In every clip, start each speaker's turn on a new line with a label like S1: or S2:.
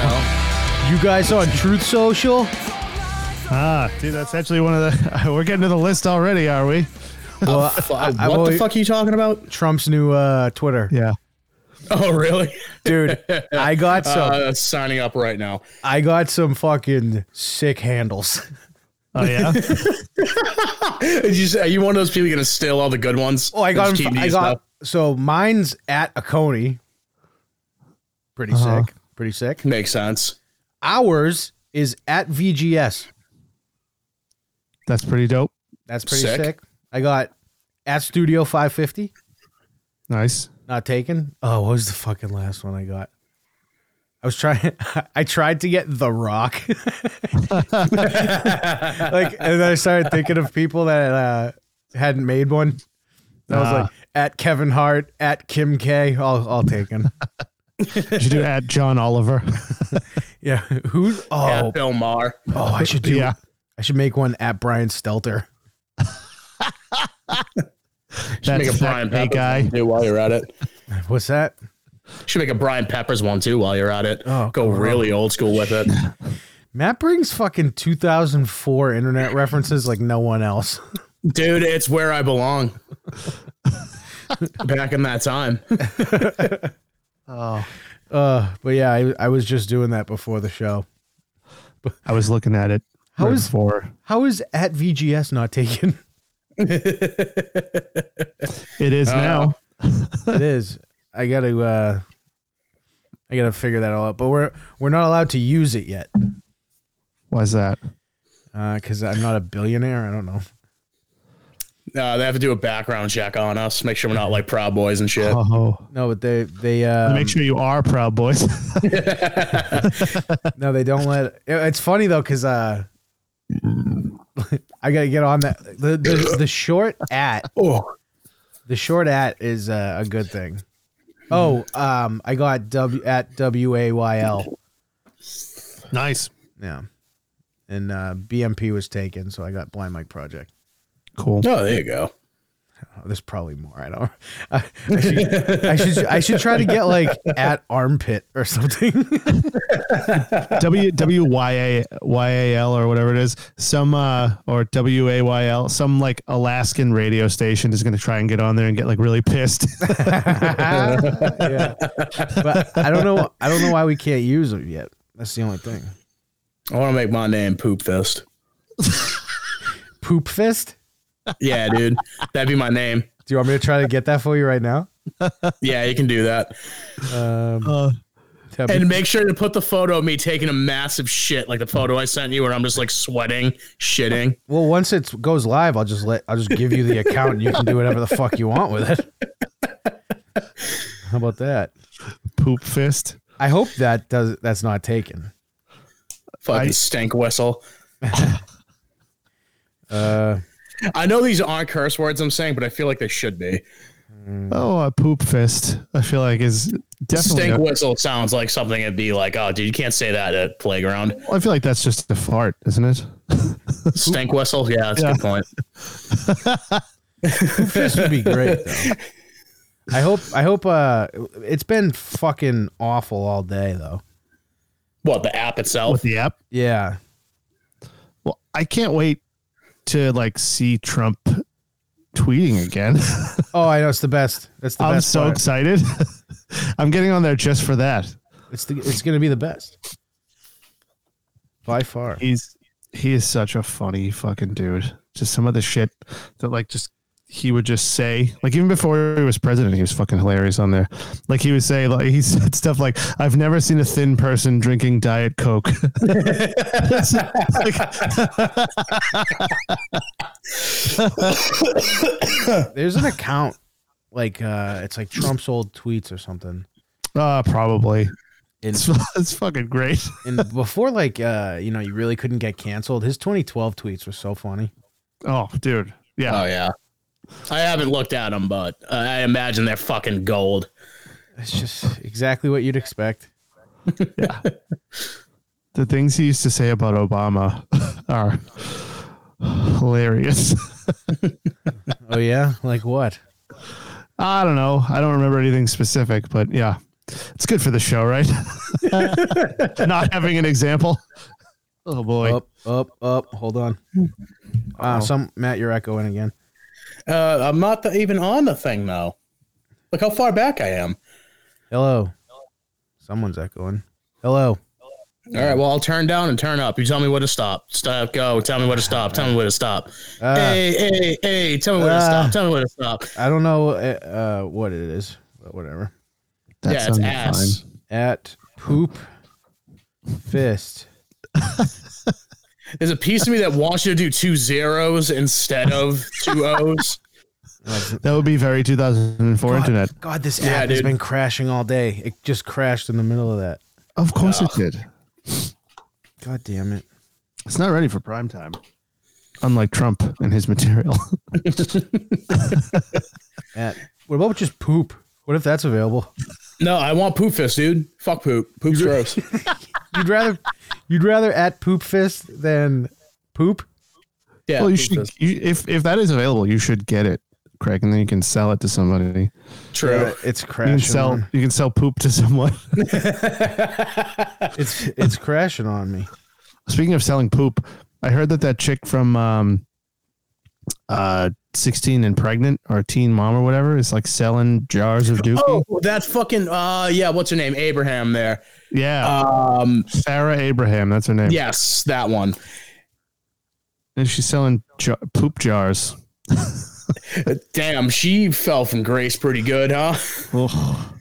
S1: uh,
S2: guys on Truth Social?
S3: Ah, dude, that's actually one of the. We're getting to the list already, are we?
S2: Well,
S1: F-
S2: I-
S1: uh,
S2: I've
S1: what
S2: only-
S1: the fuck are you talking about?
S2: Trump's new uh, Twitter.
S3: Yeah.
S1: Oh, really?
S2: Dude, I got some.
S1: Uh, signing up right now.
S2: I got some fucking sick handles.
S3: Oh yeah.
S1: Did you say, are you one of those people going to steal all the good ones?
S2: Oh, I
S1: and
S2: got.
S1: just
S2: them
S1: keep
S2: fr- I
S1: these
S2: got.
S1: up?
S2: So mine's at a Coney. Pretty
S3: Uh-huh.
S2: sick. Pretty sick.
S1: Makes sense.
S2: Ours is at VGS.
S3: that's pretty dope.
S2: That's pretty sick.
S1: Sick.
S2: I got at Studio 550.
S3: Nice.
S2: Not taken. Oh, what was the fucking last one I got? I was trying. I tried to get The Rock. like, and then I started thinking of people that uh, hadn't made one. I was
S3: Ah.
S2: like, at Kevin Hart, at Kim K, all, all taken.
S3: You should do at John Oliver.
S2: Yeah. Who's?
S1: Yeah,
S2: Oh,
S1: Bill Maher.
S2: oh, I should do.
S3: Yeah.
S2: I should make one at Brian Stelter.
S3: That's
S1: Make a
S3: that
S1: Brian
S3: big
S1: Peppers
S3: guy.
S1: one too while you're at it.
S2: What's that?
S1: Should make a Brian Peppers one too while you're at it.
S2: Oh,
S1: Go really old school with it.
S2: Matt brings fucking 2004 internet references like no one else.
S1: Dude, it's where I belong. Back in that time.
S3: Oh,
S2: Uh, but yeah, I, I was just doing that before the show.
S3: I was looking at it.
S2: How
S3: right
S2: is-
S3: before.
S2: How is at VGS not taken?
S3: It is now.
S2: it is. I gotta. Uh, I gotta figure that all out. But we're we're not allowed to use it yet
S3: Why's that?
S2: because I'm not a billionaire. I don't know.
S1: Uh, they have to do a background check on us, make sure we're not like Proud Boys and shit.
S3: Oh,
S2: No, but they they uh,
S3: make sure you are proud boys.
S2: No, they don't let. it- It's funny though, because uh, I gotta get on that. The, the the short at
S1: Oh.
S2: the short at is uh, a good thing. Oh, um, I got w at w a y l.
S3: nice.
S2: Yeah, and uh, BMP was taken, so I got blind mic project.
S3: Cool.
S1: Oh, there you go.
S2: Oh, there's probably more. I don't. I, I, should, I should I should try to get like at armpit or something.
S3: W W Y A Y A L or whatever it is, some uh or W A Y L, some like Alaskan radio station is gonna try and get on there and get like really pissed.
S2: yeah, but I don't know. I don't know why we can't use them yet. That's the only thing.
S1: I want to make my name Poop Fist.
S2: Poop fist.
S1: Yeah, dude. That'd be my name.
S2: Do you want me to try to get that for you right now?
S1: Yeah, you can do that.
S2: Um,
S3: Uh,
S2: that'd be-
S1: And make sure to put the photo of me taking a massive shit, like the photo I sent you, where I'm just like sweating, shitting.
S2: well, once it goes live, I'll just let I'll just give you the account, and you can do whatever the fuck you want with it. How about that?
S3: poop fist.
S2: I hope that does that's not taken.
S1: Fucking
S3: I-
S1: stink whistle.
S2: Uh,
S1: I know these aren't curse words I'm saying, but I feel like they should be.
S3: Oh a poop fist. I feel like is definitely
S1: stink
S3: a-
S1: whistle sounds like something it'd be like, oh, dude, you can't say that at playground.
S3: I feel like that's just a fart, isn't it?
S1: Stink whistle. Yeah, that's a good point.
S2: poop fist would be great. Though. I hope I hope uh, it's been fucking awful all day though.
S1: What the app
S3: With
S2: Oh.
S1: itself?
S3: the app.
S2: Yeah,
S3: Well, I can't wait to like see Trump tweeting again.
S2: Oh, I know it's the best. It's the
S3: I'm
S2: best.
S3: so
S2: part.
S3: excited. I'm getting on there just for that.
S2: It's the, it's gonna be the best by far.
S3: he's he is such a funny fucking dude. Just some of the shit that like just he would just say like even before he was president, he was fucking hilarious on there. Like he would say like he said stuff like I've never seen a thin person drinking diet coke. It's like-
S2: There's an account like uh it's like Trump's old tweets or something.
S3: Ah, probably.
S2: And
S3: It's, it's fucking great.
S2: and before like uh you know you really couldn't get canceled. His 2012 tweets were so funny.
S3: Oh, dude. Yeah.
S1: Oh yeah. I haven't looked at them, but uh, I imagine they're fucking gold.
S2: It's just exactly what you'd expect.
S3: The things he used to say about Obama are hilarious.
S2: Oh yeah, like what?
S3: I don't know. I don't remember anything specific, but yeah. It's good for the show, right? Not having an example. Oh boy.
S2: Up, up, up. Hold on. Uh, some Matt, you're echoing again.
S1: Uh, I'm not the, even on the thing though. Look how far back I am.
S2: Hello. Someone's echoing. Hello.
S1: All right, well I'll turn down and turn up. You tell me where to stop. Stop. Go. Tell me where to stop. Tell me where to stop.
S2: Uh,
S1: hey, hey, hey! Tell me where
S2: Ah.
S1: to stop. Tell me where to stop.
S2: I don't know uh, uh, what it is, but whatever.
S3: That
S1: yeah, it's
S3: sounded
S1: ass.
S3: fine.
S2: At poop fist.
S1: There's a piece of me that wants you to do two zeros instead of two O's.
S3: That would be very 2004 internet.
S2: God, God, this app
S1: Yeah,
S2: has
S1: dude.
S2: been crashing all day. It just crashed in the middle of that.
S3: Of course it did.
S2: God damn it.
S3: It's not ready for prime time. Unlike Trump and his material.
S2: At what about just poop? What if that's available?
S1: No, I want poop fist, dude. Fuck poop. Poop's gross.
S2: You'd rather you'd rather at poop fist than poop?
S1: Yeah.
S3: well, you
S1: poop
S3: should
S1: fist.
S3: you, if if that is available, you should get it, Craig, and then you can sell it to somebody.
S1: True.
S2: Uh, it's
S3: You
S2: crashing.
S3: can sell
S2: on-
S3: you can sell poop to someone.
S2: It's it's crashing on me.
S3: Speaking of selling poop, I heard that that chick from um, uh, 16 and pregnant or teen mom or whatever is like selling jars of dookie.
S1: Oh, that's fucking. Uh, yeah. What's her name? Abraham. There.
S3: yeah,
S1: Um.
S3: Sarah Abraham, that's her name.
S1: Yes, that one.
S3: and she's selling jar- poop jars.
S1: Damn, she fell from grace pretty good, huh?
S3: Oh.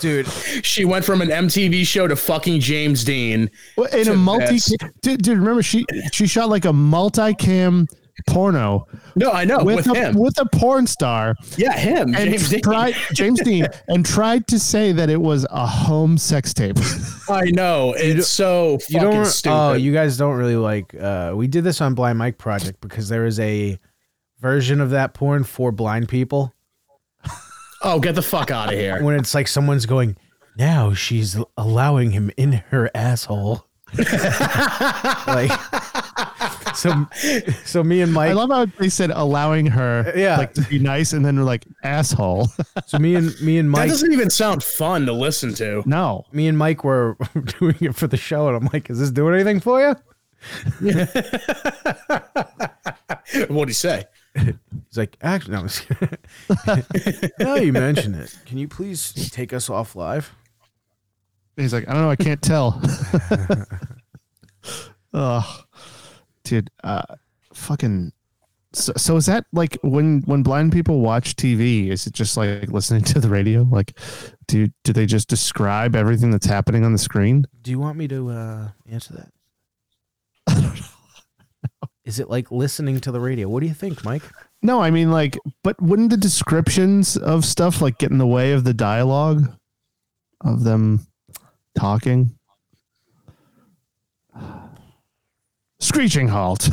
S2: Dude,
S1: She went from an MTV show to fucking James Dean.
S3: Well, in a
S1: To
S3: multi,
S1: this.
S3: dude, dude, remember she she shot like a multi-cam porno
S1: No, I know
S3: with,
S1: Oh, with,
S3: a,
S1: him.
S3: with a porn star
S1: yeah, him.
S3: and
S1: James Dean.
S3: tried James Dean and tried to say that it was a home sex tape.
S1: I know. It's so fucking
S2: you don't
S1: stupid.
S2: Oh, you guys don't really like uh we did this on Blind Mike Project because there is a version of that porn for blind people
S1: oh, get the fuck out of here.
S2: when it's like someone's going, "Now she's allowing him in her asshole." like so so me and Mike
S3: I love how they said allowing her
S2: Yeah.
S3: like to be nice and then they're like asshole.
S2: so me and me and
S1: That
S2: Mike
S1: doesn't even sound fun to listen to.
S3: no.
S2: me and Mike were doing it for the show, and I'm like, "Is this doing anything for you?"
S1: What'd he say?
S2: He's like, "Actually, no." I'm just kidding." now you mention it, can you please take us off live?
S3: He's like, I don't know, I can't tell. Ugh. Dude, uh fucking so, so is that like when when blind people watch TV, is it just like listening to the radio? Like do do they just describe everything that's happening on the screen?
S2: Do you want me to uh, answer that? Is it like listening to the radio? What do you think, Mike?
S3: No, I mean like but wouldn't the descriptions of stuff like get in the way of the dialogue of them talking? Screeching halt.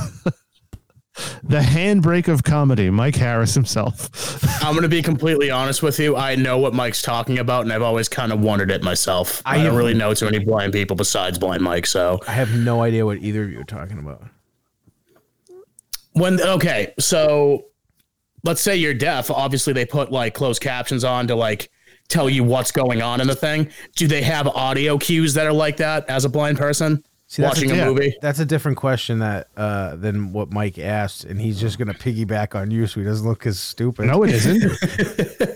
S3: the handbrake of comedy, Mike Harris himself.
S1: I'm gonna be completely honest with you. I know what Mike's talking about, and I've always kind of wondered it myself.
S2: I
S1: I, don't
S2: have-
S1: really know too many blind people besides blind Mike. So
S2: I have no idea what either of you are talking about.
S1: when okay, so let's say you're deaf. Obviously, they put like closed captions on to like tell you what's going on in the thing. Do they have audio cues that are like that as a blind person
S2: See, that's
S1: watching
S2: a-
S1: a,
S2: yeah.
S1: movie?
S2: That's a different question that uh, than what Mike asked, and he's just gonna piggyback on you so he doesn't look as stupid.
S3: No, it isn't.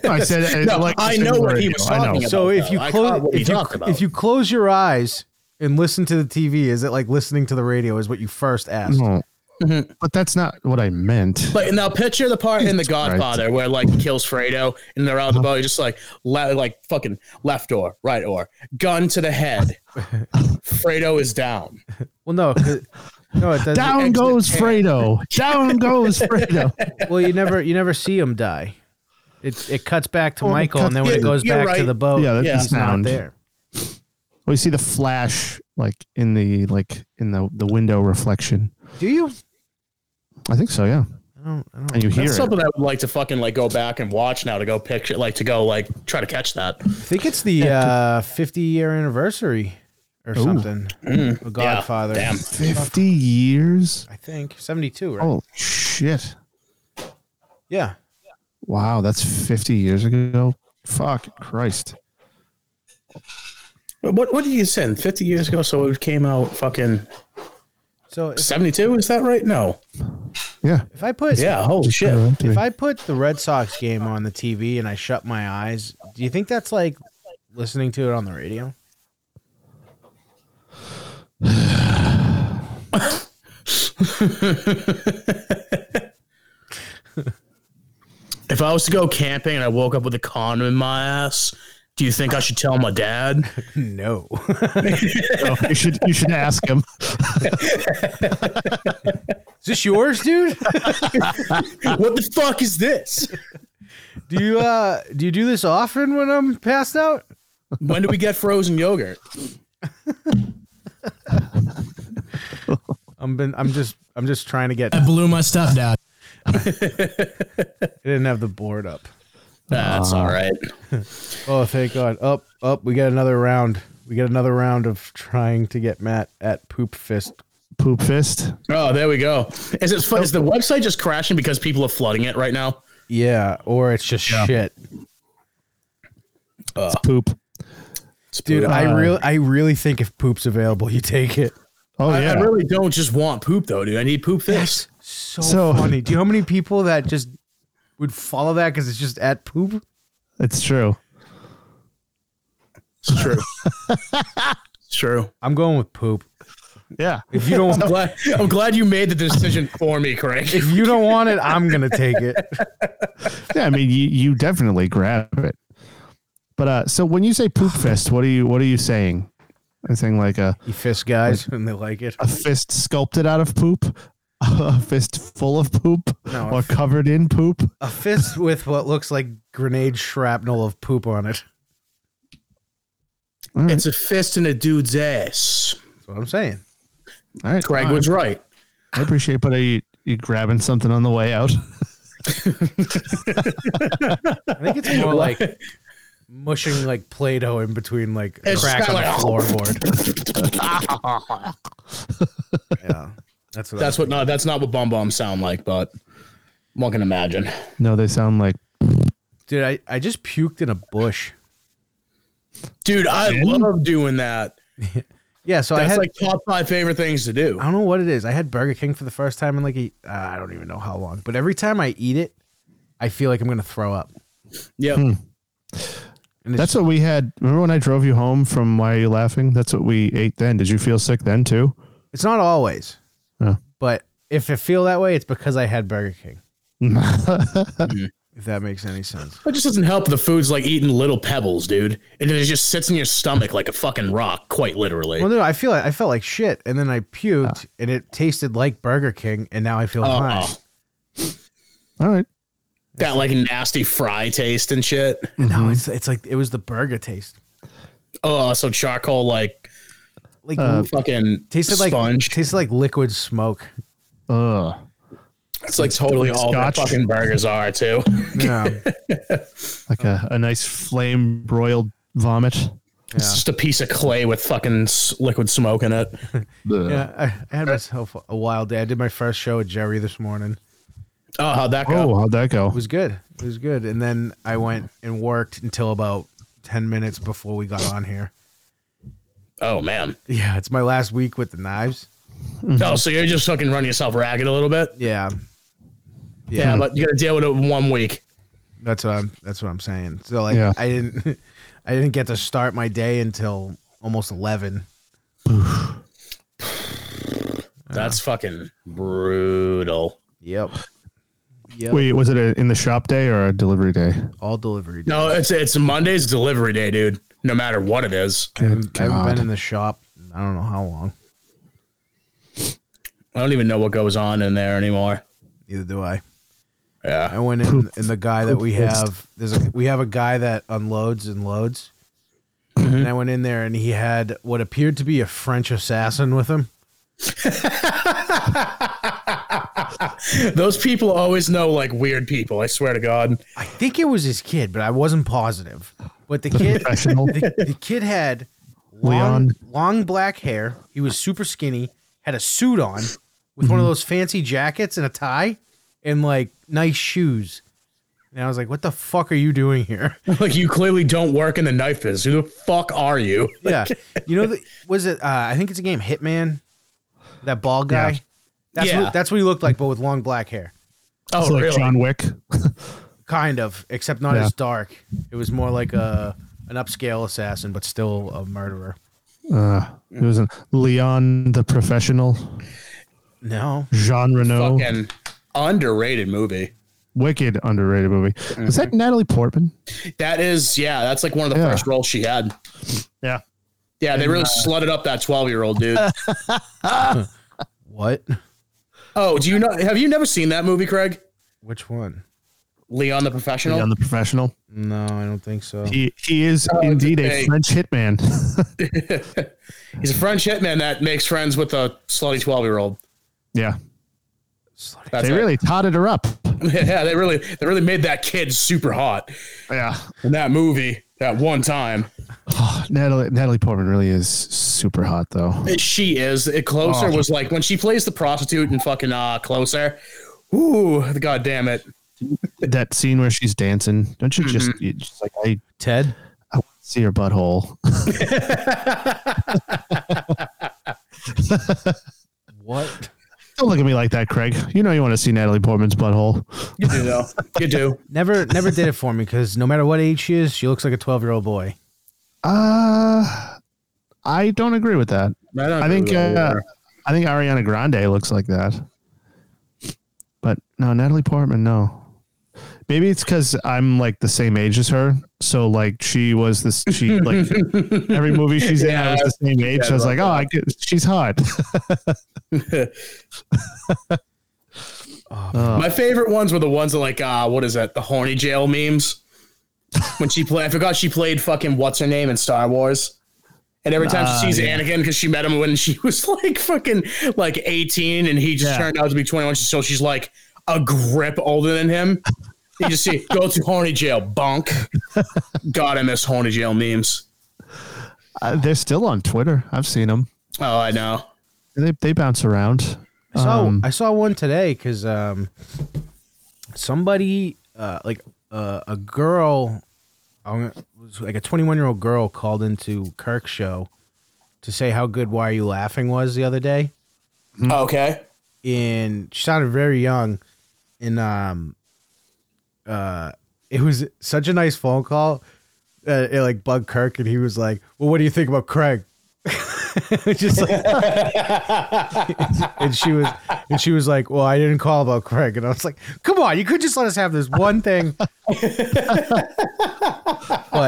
S3: I said uh,
S1: No, I know what he was talking about.
S2: So if
S1: though.
S2: you
S1: I
S2: close
S1: caught what he
S2: if you,
S1: talked about.
S2: if you close your eyes and listen to the TV, is it like listening to the radio? Is what you first asked?
S3: No. Oh. But that's not what I meant.
S1: Mm-hmm. But now picture the part in The
S3: Christ.
S1: Godfather where like he kills Fredo and they're out of the boat, just like le- like fucking left or right or gun to the head. Fredo is down.
S2: Well, no, 'cause- no, it doesn't.
S3: Down goes Fredo. Down goes Fredo.
S2: Well, you never you never see him die. It it cuts back to
S3: Well, it
S2: Michael, and then when
S1: Oh, cuts-
S2: it goes
S1: you're
S2: back to
S1: right.
S2: the boat,
S3: Yeah, that's
S1: Oh, Yeah.
S3: the
S2: he's not
S3: sound.
S2: there.
S3: We Oh, see the flash like in the like in the the window reflection.
S2: Do you?
S3: I think so, yeah.
S2: I don't. I don't
S3: And you hear
S1: That's
S3: it.
S1: something I would like to fucking like go back and watch now to go picture like to go like try to catch that.
S2: I think it's the uh, 50 year anniversary or something. of Godfather.
S1: Mm. Yeah, damn.
S3: 50 years?
S2: I think 72, right?
S3: Oh shit.
S2: Yeah.
S3: Wow, that's 50 years ago. Fuck Christ.
S1: What what did you send? Fifty years ago, so it came out fucking
S2: So if,
S1: seventy two. Is that right? No.
S3: Yeah.
S2: if I put
S1: Yeah. Holy shit.
S3: Uh-huh.
S2: if I put the Red Sox game on the TV and I shut my eyes, do you think that's like listening to it on the radio?
S1: If I was to go camping and I woke up with a condom in my ass, do you think I should tell my dad?
S2: No.
S3: So you should you should ask him.
S2: Is this yours, dude?
S1: what the fuck is this?
S2: do you uh do you do this often when I'm passed out?
S1: When do we get frozen yogurt?
S2: I'm been I'm just I'm just trying to get I
S4: I blew my stuff down.
S2: didn't have the board up.
S1: That's all right.
S2: Oh thank God. Up, up, we got another round. We got another round of trying to get Matt at poop fist.
S3: Poop fist.
S1: Oh, there we go. Is it is the website just crashing because people are flooding it right now?
S2: Yeah, or it's just shit.
S3: It's poop.
S2: Dude, I real I really think if poop's available, you take it.
S3: Oh
S1: I,
S3: yeah.
S1: I really don't just want poop though, dude. I need poop fix.
S2: So,
S3: So-
S2: funny. Do you know how many people that just would follow that because it's just at poop?
S3: it's true.
S1: It's true. it's true.
S2: I'm going with poop.
S3: Yeah.
S2: If you don't,
S1: I'm glad, I'm glad you made the decision for me, Craig.
S2: if you don't want it, I'm gonna take it.
S3: Yeah, I mean you, you definitely grab it. But uh so when you say poop fist, what are you what are you saying? I'm saying like a,
S2: You fist guys, and they like it.
S3: a fist sculpted out of poop, a fist full of poop,
S2: No, a
S3: or
S2: f-
S3: covered in poop.
S2: A fist with what looks like grenade shrapnel of poop on it.
S1: It's a fist in a dude's ass.
S2: That's what I'm saying.
S3: All right.
S1: Craig was right.
S3: I appreciate but are you you grabbing something on the way out?
S2: I think it's more like mushing like Play-Doh in between like a
S1: It's
S2: crack
S1: just
S2: on the
S1: kinda
S2: floorboard. yeah, that's what.
S1: That's what not that's not what bomb bombs sound like, but one can imagine.
S3: No, they sound like
S2: I, dude, I, I just puked in a bush.
S1: Dude, I love doing that.
S2: Yeah, so I
S1: That's
S2: had
S1: like top five favorite things to do.
S2: I don't know what it is. I had Burger King for the first time in like a, uh, I don't even know how long, but every time I eat it, I feel like I'm gonna throw up.
S1: Yep.
S2: And it's,
S3: That's what we had. Remember when I drove you home from Why Are You Laughing? That's what we ate then. Did you feel sick then too?
S2: it's not always,
S3: Yeah.
S2: but if I feel that way, it's because I had Burger King. If that makes any sense.
S1: It just doesn't help. The food's like eating little pebbles, dude. And then it just sits in your stomach like a fucking rock, quite literally.
S2: Well, no, I feel like I felt like shit, and then I puked, and it tasted like Burger King, and now I feel
S1: Oh,
S2: fine.
S3: All right.
S1: that like nasty fry taste and shit.
S2: No, it's it's like it was the burger taste.
S1: Oh, so charcoal like
S2: Like
S3: Uh,
S1: fucking
S2: Uh, tasted like
S1: sponge.
S2: tasted like liquid smoke.
S3: Ugh.
S1: It's like totally all that
S3: Scotch.
S1: fucking burgers are too.
S2: Yeah,
S3: Like a, a nice flame broiled vomit.
S1: It's just a piece of clay with fucking s- liquid smoke in it.
S2: yeah. I, I had myself a wild day. I did my first show with Jerry this morning.
S1: Oh, how'd that go?
S3: Oh, how'd that go?
S2: It was good. It was good. And then I went and worked until about ten minutes before we got on here.
S1: Oh, man.
S2: Yeah, it's my last week with the knives. Mm-hmm.
S1: Oh, so you're just fucking running yourself ragged a little bit.
S2: Yeah, Hmm.
S1: Yeah, but you got to deal with it in one week.
S2: that's what I'm. That's what I'm saying. So like,
S3: Yeah.
S2: I didn't, I didn't get to start my day until almost eleven.
S1: That's fucking brutal.
S2: Yep. Yep.
S3: Wait, was it a, in the shop day or a delivery day?
S2: All delivery.
S1: No, it's it's Monday's delivery day, dude. No matter what it is,
S2: I haven't, I haven't
S3: God.
S2: been in the shop. in I don't know how long.
S1: I don't even know what goes on in there anymore.
S2: Neither do I.
S1: Yeah.
S2: I went in, and the guy that we
S3: Poop fest.
S2: have, there's a, we have a guy that unloads and loads.
S3: Mm-hmm.
S2: And I went in there, and he had what appeared to be a French assassin with him.
S1: Those people always know like weird people. I swear to God.
S2: I think it was his kid, but I wasn't positive. But the Oh, kid,
S3: Professional.
S2: the, the kid had long,
S3: Leon.
S2: long black hair. He was super skinny, had a suit on
S3: Mm-hmm.
S2: with one of those fancy jackets and a tie and like nice shoes. And I was like, what the fuck are you doing here?
S1: Like you clearly don't work in the knife business. Who the fuck are you?
S2: yeah. You know, the, was it, uh, I think it's a game, Hitman? That bald guy?
S3: Yeah.
S2: That's,
S1: Yeah.
S2: What, that's what he looked like, but with long black hair.
S1: Oh,
S3: It's like
S1: really?
S3: John Wick.
S2: Kind of, except not
S3: Yeah.
S2: as dark. It was more like a an upscale assassin, but still a murderer.
S3: Uh, it was a Leon the Professional,
S2: No.
S3: Jean Reno.
S1: Fucking underrated movie.
S3: Wicked underrated movie. Is
S1: Mm-hmm.
S3: that Natalie Portman?
S1: That is, yeah, that's like one of the
S3: Yeah. uh,
S1: first roles she had.
S3: Yeah.
S1: Yeah, they really slutted up that 12 year old dude.
S2: What?
S1: oh, do you know? Have you never seen that movie, Craig?
S2: Which one?
S1: Leon the Professional?
S3: Leon the Professional.
S2: No, I don't think so.
S3: He he is
S1: Oh,
S3: indeed a
S1: hey.
S3: French hitman.
S1: He's a French hitman that makes friends with a slutty 12 year old.
S3: yeah.
S2: Slutty.
S1: That's
S3: they
S1: it.
S3: really totted her up.
S1: yeah, they really, they really made that kid super hot
S3: Yeah.
S1: in that movie that one time.
S3: Natalie Natalie Portman really is super hot though.
S1: She is. It closer
S3: Oh.
S1: was like when she plays the prostitute in fucking uh closer. Ooh, god damn it.
S3: That scene where she's dancing, don't you just
S1: Mm-hmm.
S3: you just like I
S2: Ted?
S3: I want to see her butthole.
S2: What?
S3: don't look at me like that, Craig. You know you want to see Natalie Portman's butthole.
S1: You do though. You do.
S2: Never, never did it for me because no matter what age she is, she looks like a twelve-year-old boy.
S3: Uh I don't agree with that.
S1: don't
S3: I think uh, I think Ariana Grande looks like that. But no, Natalie Portman, no. Maybe it's because I'm like the same age as her, so like she was this. She like every movie she's in, I was the same age. so I was like, oh, I get, she's hot. Oh, Uh,
S1: My favorite ones were the ones that like uh what is that? The horny jail memes. When she played I forgot she played fucking what's her name in Star Wars. And every time she sees Anakin because she met him when she was like fucking like 18 and he just
S3: Yeah.
S1: turned out to be 21. So she's like a grip older than him. You just see go to horny jail bunk. God, I miss horny jail memes.
S3: uh, they're still on Twitter. I've seen them.
S1: Oh, I know.
S3: They they bounce around.
S2: I saw,
S3: Um,
S2: I saw one today because um, somebody uh, like uh, a girl, I'm gonna- was like a 21 year old girl called into Kirk's show to say how good "Why Are You Laughing" was the other day,
S1: Okay.
S2: and she sounded very young, and um, uh, it was such a nice phone call. Uh, it like bugged Kirk, and he was like, "Well, what do you think about Craig?" Just like and she was and she was like, "Well, I didn't call about Craig," and I was like, "Come on, you could just let us have this one thing." but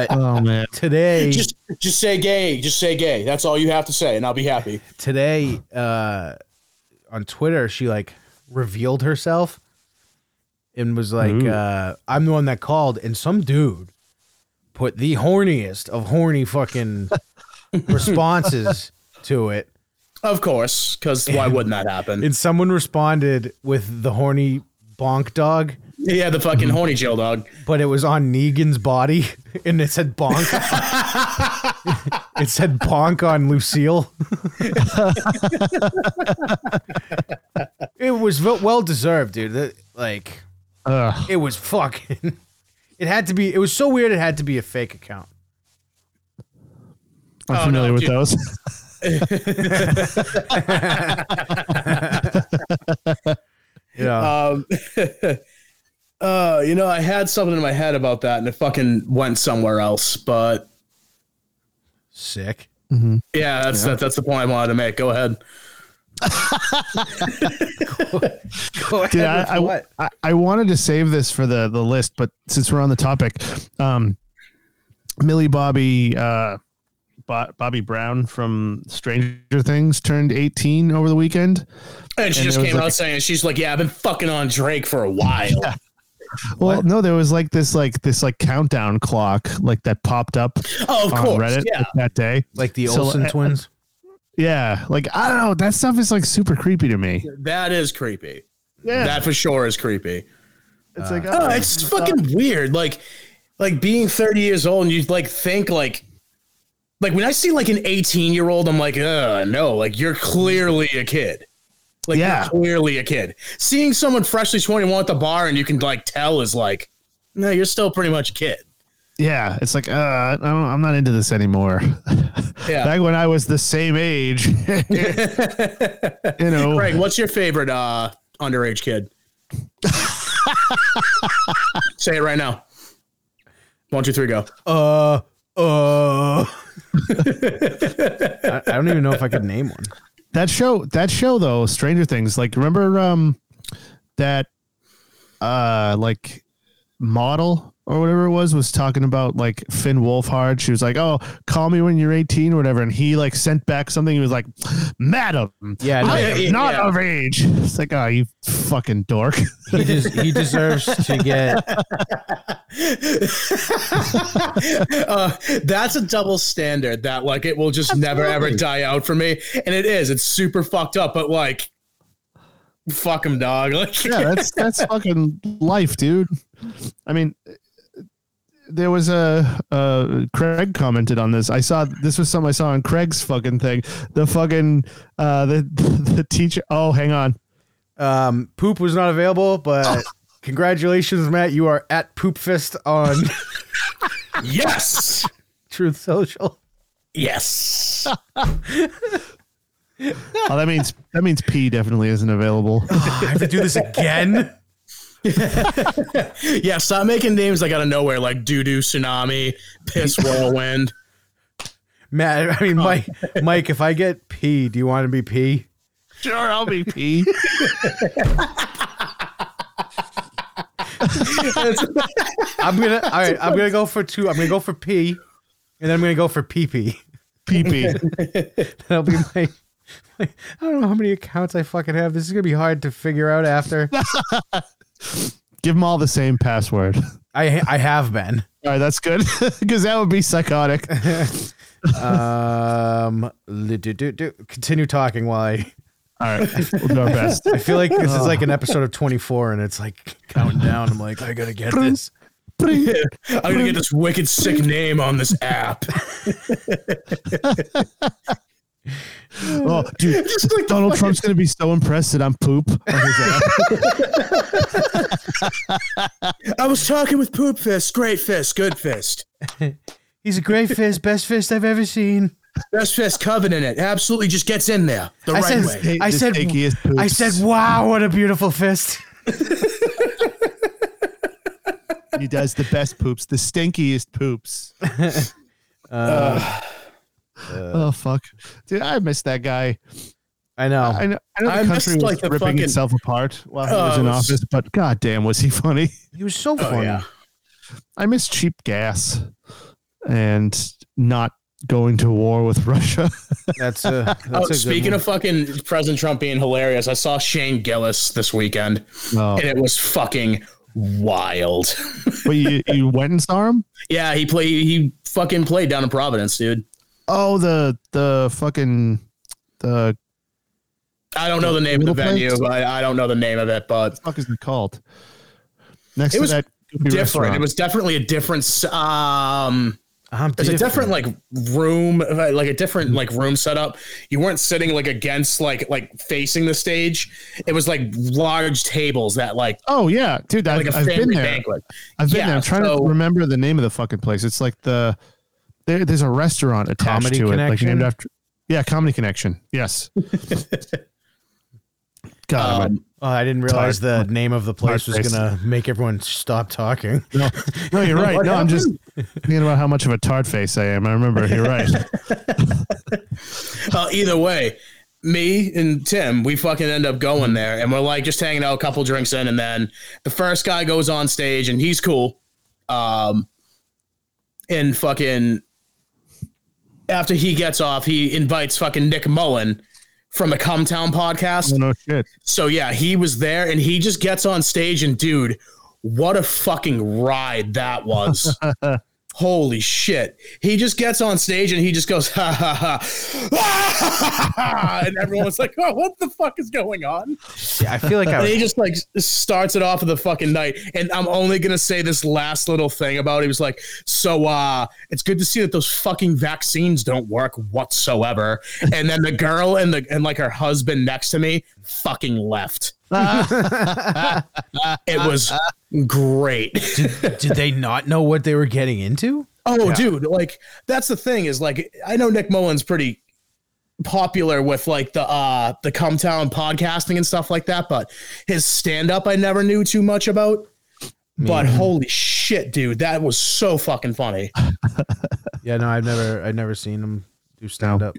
S3: Oh man,
S2: today,
S1: Just just say gay. Just say gay. That's all you have to say, and I'll be happy.
S2: today uh, on Twitter, she like revealed herself and was like,
S3: Ooh.
S2: uh, "I'm the one that called," and some dude put the horniest of horny fucking responses to it.
S1: Of course, because why wouldn't that happen?
S2: And someone responded with the horny bonk dog.
S1: Yeah, the fucking
S3: Mm-hmm.
S1: horny jail dog.
S2: but it was on Negan's body, and it said bonk. it said bonk on Lucille. it was ve- well deserved, dude. That- Like
S3: Ugh.
S2: it was fucking. It had to be. It was so weird. It had to be a fake account.
S3: I'm
S1: Oh,
S3: familiar
S1: no,
S3: with
S1: dude.
S3: those.
S2: Yeah.
S1: Um, uh, you know, I had something in my head about that, and it fucking went somewhere else. But
S2: Sick.
S1: yeah, that's That, that's the point I wanted to make. Go ahead.
S2: Go
S3: Dude,
S2: ahead with
S3: I, I,
S2: what?
S3: I, I wanted to save this for the, the list, but since we're on the topic, um, Millie Bobby uh, Bo- Bobby Brown from Stranger Things turned 18 over the weekend.
S1: And she
S3: And
S1: just
S3: there was
S1: came
S3: like
S1: out
S3: a-
S1: saying she's like, "Yeah, I've been fucking on Drake for a while."
S3: Well, no, there was like this like this like countdown clock like that popped up
S1: Oh, of
S3: on
S1: course.
S3: Reddit
S1: Yeah.
S3: that day.
S2: Like the
S3: So,
S2: Olsen
S3: uh,
S2: twins.
S3: Yeah, like I don't know, that stuff is like super creepy to me.
S1: That is creepy.
S3: Yeah,
S1: That for sure is creepy.
S3: it's like
S1: Oh,
S3: oh,
S1: it's just fucking weird. Like, like being 30 years old and you like think like, like when I see like an 18 year old, I'm like, uh, no, like you're clearly a kid. Like
S3: Yeah.
S1: you're clearly a kid. Seeing someone freshly 21 at the bar and you can like tell is like, no, you're still pretty much a kid.
S3: Yeah, it's like uh, I don't, I'm not into this anymore.
S1: Yeah.
S3: Back when I was the same age, you know,
S1: Craig, what's your favorite uh, underage kid? Say it right now. One, two, three, go.
S2: Uh, uh. I, I don't even know if I could name one.
S3: that show. That show though, Stranger Things. Like, remember um, that uh, like model or whatever it was was talking about like Finn Wolfhard. She was like, "Oh, call me when you're 18 or whatever," and he like sent back something. He was like, "Madam,
S2: Yeah, no,
S3: I
S1: Oh, yeah,
S3: am not
S1: yeah.
S3: of age." It's like, "Oh, you fucking dork."
S2: he, des- he deserves to get.
S1: Uh, that's a double standard that, like, it will just never ever die out for me. And it is. It's super fucked up, but, like, fuck him, dog. Like,
S3: yeah, that's that's fucking life, dude. I mean, there was a uh, Craig commented on this. I saw this was something I saw on Craig's fucking thing. The fucking uh, the the teacher. Oh, hang on.
S2: Um, poop was not available, but congratulations, Matt. You are at Poopfist on
S1: yes.
S2: Truth Social.
S1: Yes.
S3: Oh, that means that means P definitely isn't available.
S2: Ah, I have to do this again.
S1: Yeah, stop making names like out of nowhere, like doo doo tsunami, piss whirlwind.
S2: Matt, I mean, Mike, Mike, if I get P, do you want to be P?
S3: sure, I'll be P.
S2: I'm gonna, all right, I'm gonna go for two. I'm gonna go for P, and then I'm gonna go for PP.
S3: P P.
S2: That'll be my, my. I don't know how many accounts I fucking have. This is gonna be hard to figure out after.
S3: Give them all the same password.
S2: I I have been.
S3: All right, that's good because that would be psychotic.
S2: Um, li- do, do, do. continue talking while I.
S3: All right, we'll do our best.
S2: I feel like this is like an episode of 24 and it's like counting down. I'm like, I gotta get this.
S1: I'm gonna get this wicked sick name on this app.
S3: Oh, dude, Donald Trump's gonna be so impressed that I'm poop. on his app.
S1: I was talking with poop fist, great fist, good fist,
S2: He's a great fist, best fist I've ever seen.
S1: best fist, coven in it. Absolutely, just gets in there the
S2: I
S1: right
S2: said,
S1: way.
S2: I
S3: The
S2: said,
S3: stinkiest poops.
S2: I said, wow, what a beautiful fist.
S3: he does the best poops, the stinkiest poops.
S1: Uh,
S3: oh fuck, dude, I miss that guy.
S2: I know.
S3: I know, I know the
S1: I miss,
S3: country was
S1: like, the
S3: ripping
S1: fucking-
S3: itself apart while he was
S1: Oh,
S3: in
S1: it was-
S3: office, but goddamn, was he funny?
S2: he was so funny.
S1: yeah.
S3: I miss cheap gas and not going to war with Russia.
S2: That's a. That's
S1: Oh,
S2: a good
S1: speaking
S2: one.
S1: of fucking President Trump being hilarious, I saw Shane Gillis this weekend,
S3: No,
S1: and it was fucking wild.
S3: but you, you went and saw him.
S1: yeah, he played. He fucking played down in Providence, dude.
S3: Oh, the the fucking the
S1: I don't know the name of the
S3: Little place?
S1: venue. I, I don't know the name of it, but
S3: fuck is it called? Next
S1: It
S3: to
S1: was
S3: that goofy
S1: different.
S3: restaurant.
S1: It was definitely a different. s- Um,
S2: I'm
S1: there's a different like room, like a different like room setup. You weren't sitting like against like like facing the stage. It was like large tables that like
S3: Oh yeah, dude,
S1: like
S3: I've,
S1: a
S3: I've been
S1: family
S3: there.
S1: banquet.
S3: I've been
S1: Yeah,
S3: there. I'm trying
S1: so-
S3: to remember the name of the fucking place. It's like the there, there's a restaurant attached
S2: Comedy
S3: to it, like
S2: Connection?
S3: named after. Yeah, Comedy Connection. Yes. God, I'm
S1: Um,
S2: Oh, I didn't realize the name of the place was
S3: place.
S2: gonna make everyone stop talking.
S3: a- no, no, you're right. No, I'm just thinking about how much of a tard face I am. I remember. You're right.
S1: uh, either way, me and Tim, we fucking end up going there, and we're like just hanging out, a couple drinks in, and then the first guy goes on stage, and he's cool. Um, and fucking after he gets off, he invites fucking Nick Mullen from the Cumtown podcast.
S3: Oh, no shit.
S1: So yeah, he was there and he just gets on stage and dude, what a fucking ride that was. Holy shit. He just gets on stage and he just goes, ha ha ha. ha, ha, ha," and everyone's like, oh, what the fuck is going on?
S2: Yeah, I feel like I
S1: And he
S2: was,
S1: just like starts it off of the fucking night. And I'm only gonna say this last little thing about it. He was like, so uh it's good to see that those fucking vaccines don't work whatsoever. And then the girl and the and like her husband next to me fucking left. It was great.
S2: Did they not know what they were getting into?
S1: Oh, dude, like that's the thing is like I know Nick Mullen's pretty popular with like the uh the come town podcasting and stuff like that, but his stand up I never knew too much about. But holy shit, dude, that was so fucking funny.
S2: Yeah, no, I've never, I've never seen them do stand up.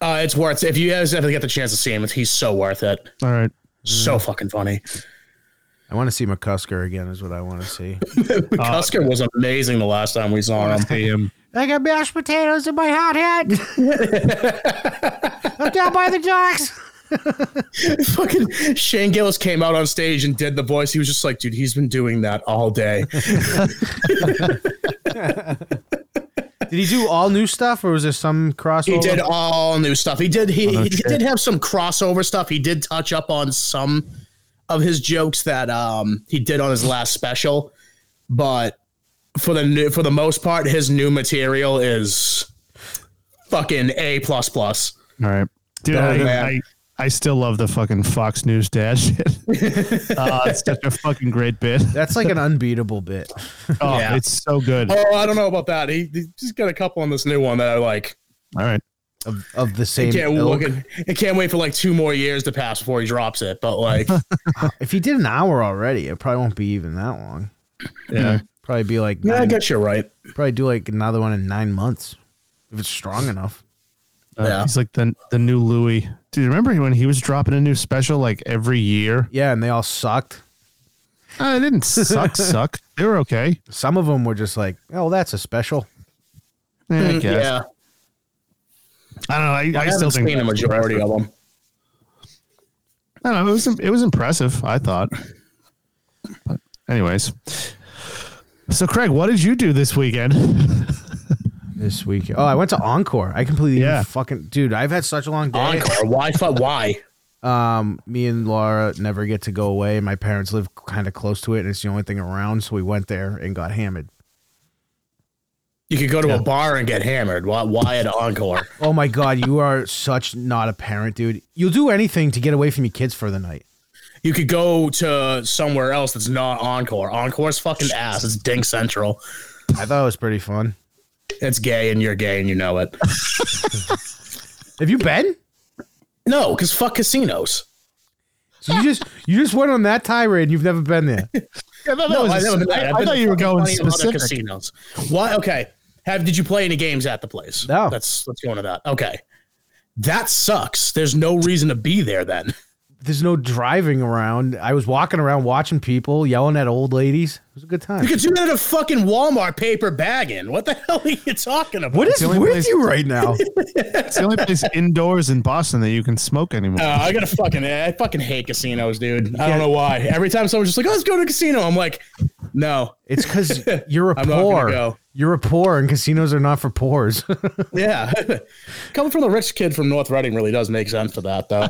S1: Uh it's worth if you guys ever get the chance to see him, he's so worth it.
S3: All right.
S1: So fucking funny.
S2: I want to see McCusker again. Is what I want to see.
S1: Cusker was amazing the last time we saw him.
S3: Hey, um,
S2: I got mashed potatoes in my hot head. I'm down by the docks.
S1: fucking Shane Gillis came out on stage and did the voice. He was just like, dude, he's been doing that all day.
S2: Did he do all new stuff, or was there some crossover?
S3: Oh.
S1: He did all new stuff. He did he, he did have some crossover stuff. He did touch up on some of his jokes that um he did on his last special, but for the new, for the most part, his new material is fucking a plus plus.
S3: all right. Dude,
S1: Dang,
S3: I,
S1: man.
S3: I, I still love the fucking Fox News dad shit. uh, it's such a fucking great bit.
S2: That's like an unbeatable bit.
S3: Oh,
S1: Yeah.
S3: it's so good. All
S1: Oh, I don't know about that. He, he's got a couple on this new one that I like.
S3: right.
S2: of, of the same
S1: Can't
S2: ilk.
S1: look at- I can't wait for like two more years to pass before he drops it. But like,
S2: If he did an hour already, it probably won't be even that long.
S3: Yeah.
S2: Probably be like
S1: yeah, I
S3: Um,
S2: nine-
S1: guess you're right.
S2: probably do like another one in nine months if it's strong enough.
S3: Uh,
S1: Yeah.
S3: He's like the the new Louis. Do you remember when he was dropping a new special like every year?
S2: Yeah, and they all sucked.
S3: Uh, it didn't suck, suck. They were okay.
S2: Some of them were just like, oh, that's a special.
S3: Yeah, I guess.
S1: Mm, Yeah,
S3: I don't know. I, I,
S1: I,
S3: still
S1: haven't
S3: think
S1: seen a majority of them.
S3: I don't know. It was it was impressive. I thought. But anyways, so Craig, what did you do this weekend?
S2: This week, oh, I went to Encore. I completely
S3: Yeah.
S2: fucking dude. I've had such a long day.
S1: Encore. Why? fu- Why?
S2: Um, me and Laura never get to go away. My parents live kind of close to it, and it's the only thing around. So we went there and got hammered.
S1: You could go to a bar and get hammered. Why, why at Encore?
S2: Oh my god, you are such not a parent, dude. You'll do anything to get away from your kids for the night.
S1: You could go to somewhere else that's not Encore. Encore's fucking ass. It's Dink Central.
S2: I thought it was pretty fun.
S1: It's gay and you're gay and you know it.
S2: Have you been?
S1: No, because fuck casinos.
S2: So you just you just went on that tirade. and You've never been there.
S1: no,
S3: was a- I- I thought you were going specific.
S1: casinos. Why? Okay. Have did you play any games at the place?
S2: No.
S1: That's let's go into that. Okay. That sucks. There's no reason to be there then.
S2: There's no driving around. I was walking around watching people yelling at old ladies. It was a good time.
S1: You could do that at a fucking Walmart paper bagging. What the hell are you talking about?
S2: What is
S3: the only
S2: with
S3: place-
S2: you right now?
S3: It's the only place indoors in Boston that you can smoke anymore.
S1: Uh, I gotta fucking I fucking hate casinos, dude. I don't know why. Every time someone's just like, oh, "Let's go to a casino," I'm like, "No,
S2: It's because you're a
S1: I'm not gonna
S2: poor.
S1: go.
S2: You're a poor, and casinos are not for poors.
S1: yeah." Coming from the rich kid from North Reading really does make sense for that, though.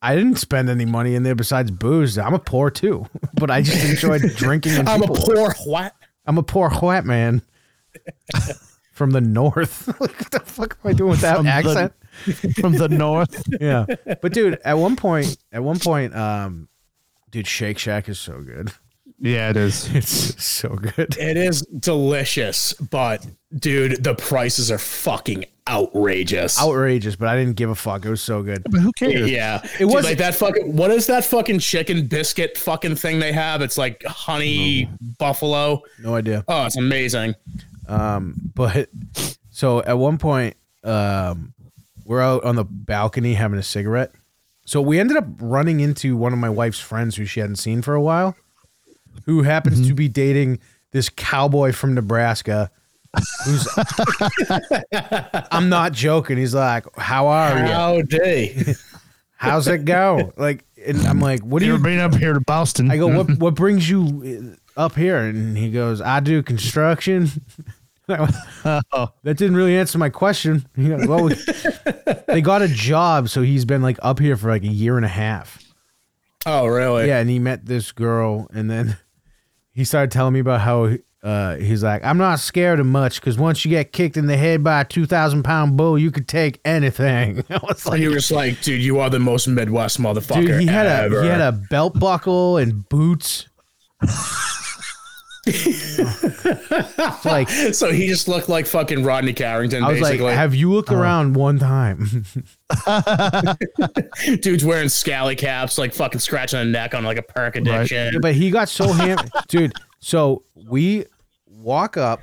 S2: I didn't spend any money in there besides booze. I'm a poor too, but I just enjoyed drinking. And
S1: I'm a
S2: people.
S1: poor what?
S2: I'm a poor white man from the north. like, what the fuck am I doing with that
S3: From the-
S2: accent?
S3: From the north.
S2: yeah, but dude, at one point, at one point, um, dude, Shake Shack is so good.
S3: Yeah, it is.
S2: It's so good.
S1: It is delicious, but dude, the prices are fucking outrageous.
S2: Outrageous, but I didn't give a fuck. It was so good.
S3: But who cares?
S1: yeah, it
S2: was-
S1: was like that fucking. What is that fucking chicken biscuit fucking thing they have? It's like honey buffalo.
S2: No idea.
S1: Oh, it's amazing.
S2: but so at one point um we're out on the balcony having a cigarette so we ended up running into one of my wife's friends who she hadn't seen for a while who happens to be dating this cowboy from nebraska who's i'm not joking he's like how are you
S1: Howdy.
S2: how's it go like and i'm like what do
S3: You
S2: you
S3: were bringing up here to Boston.
S2: I go, what what brings you uh, up here? And he goes, I do construction. I went, that didn't really answer my question. He goes, well, we- they got a job, so he's been like up here for like a year and a half.
S1: oh, really?
S2: Yeah, and he met this girl, and then he started telling me about how uh, he's like, I'm not scared of much because once you get kicked in the head by a 2,000 pound bull, you could take anything. I was
S1: And
S2: like,
S1: you're just like, dude, you are the most Midwest motherfucker
S2: dude, he had,
S1: ever.
S2: a, he had a belt buckle and boots. It's like,
S1: so he just looked like fucking Rodney Carrington,
S2: I was
S1: basically.
S2: like, have you looked around one time?
S1: Dude's wearing scally caps, like fucking scratching the neck on like a perk addiction.
S2: but he got so ham, dude. So we walk up.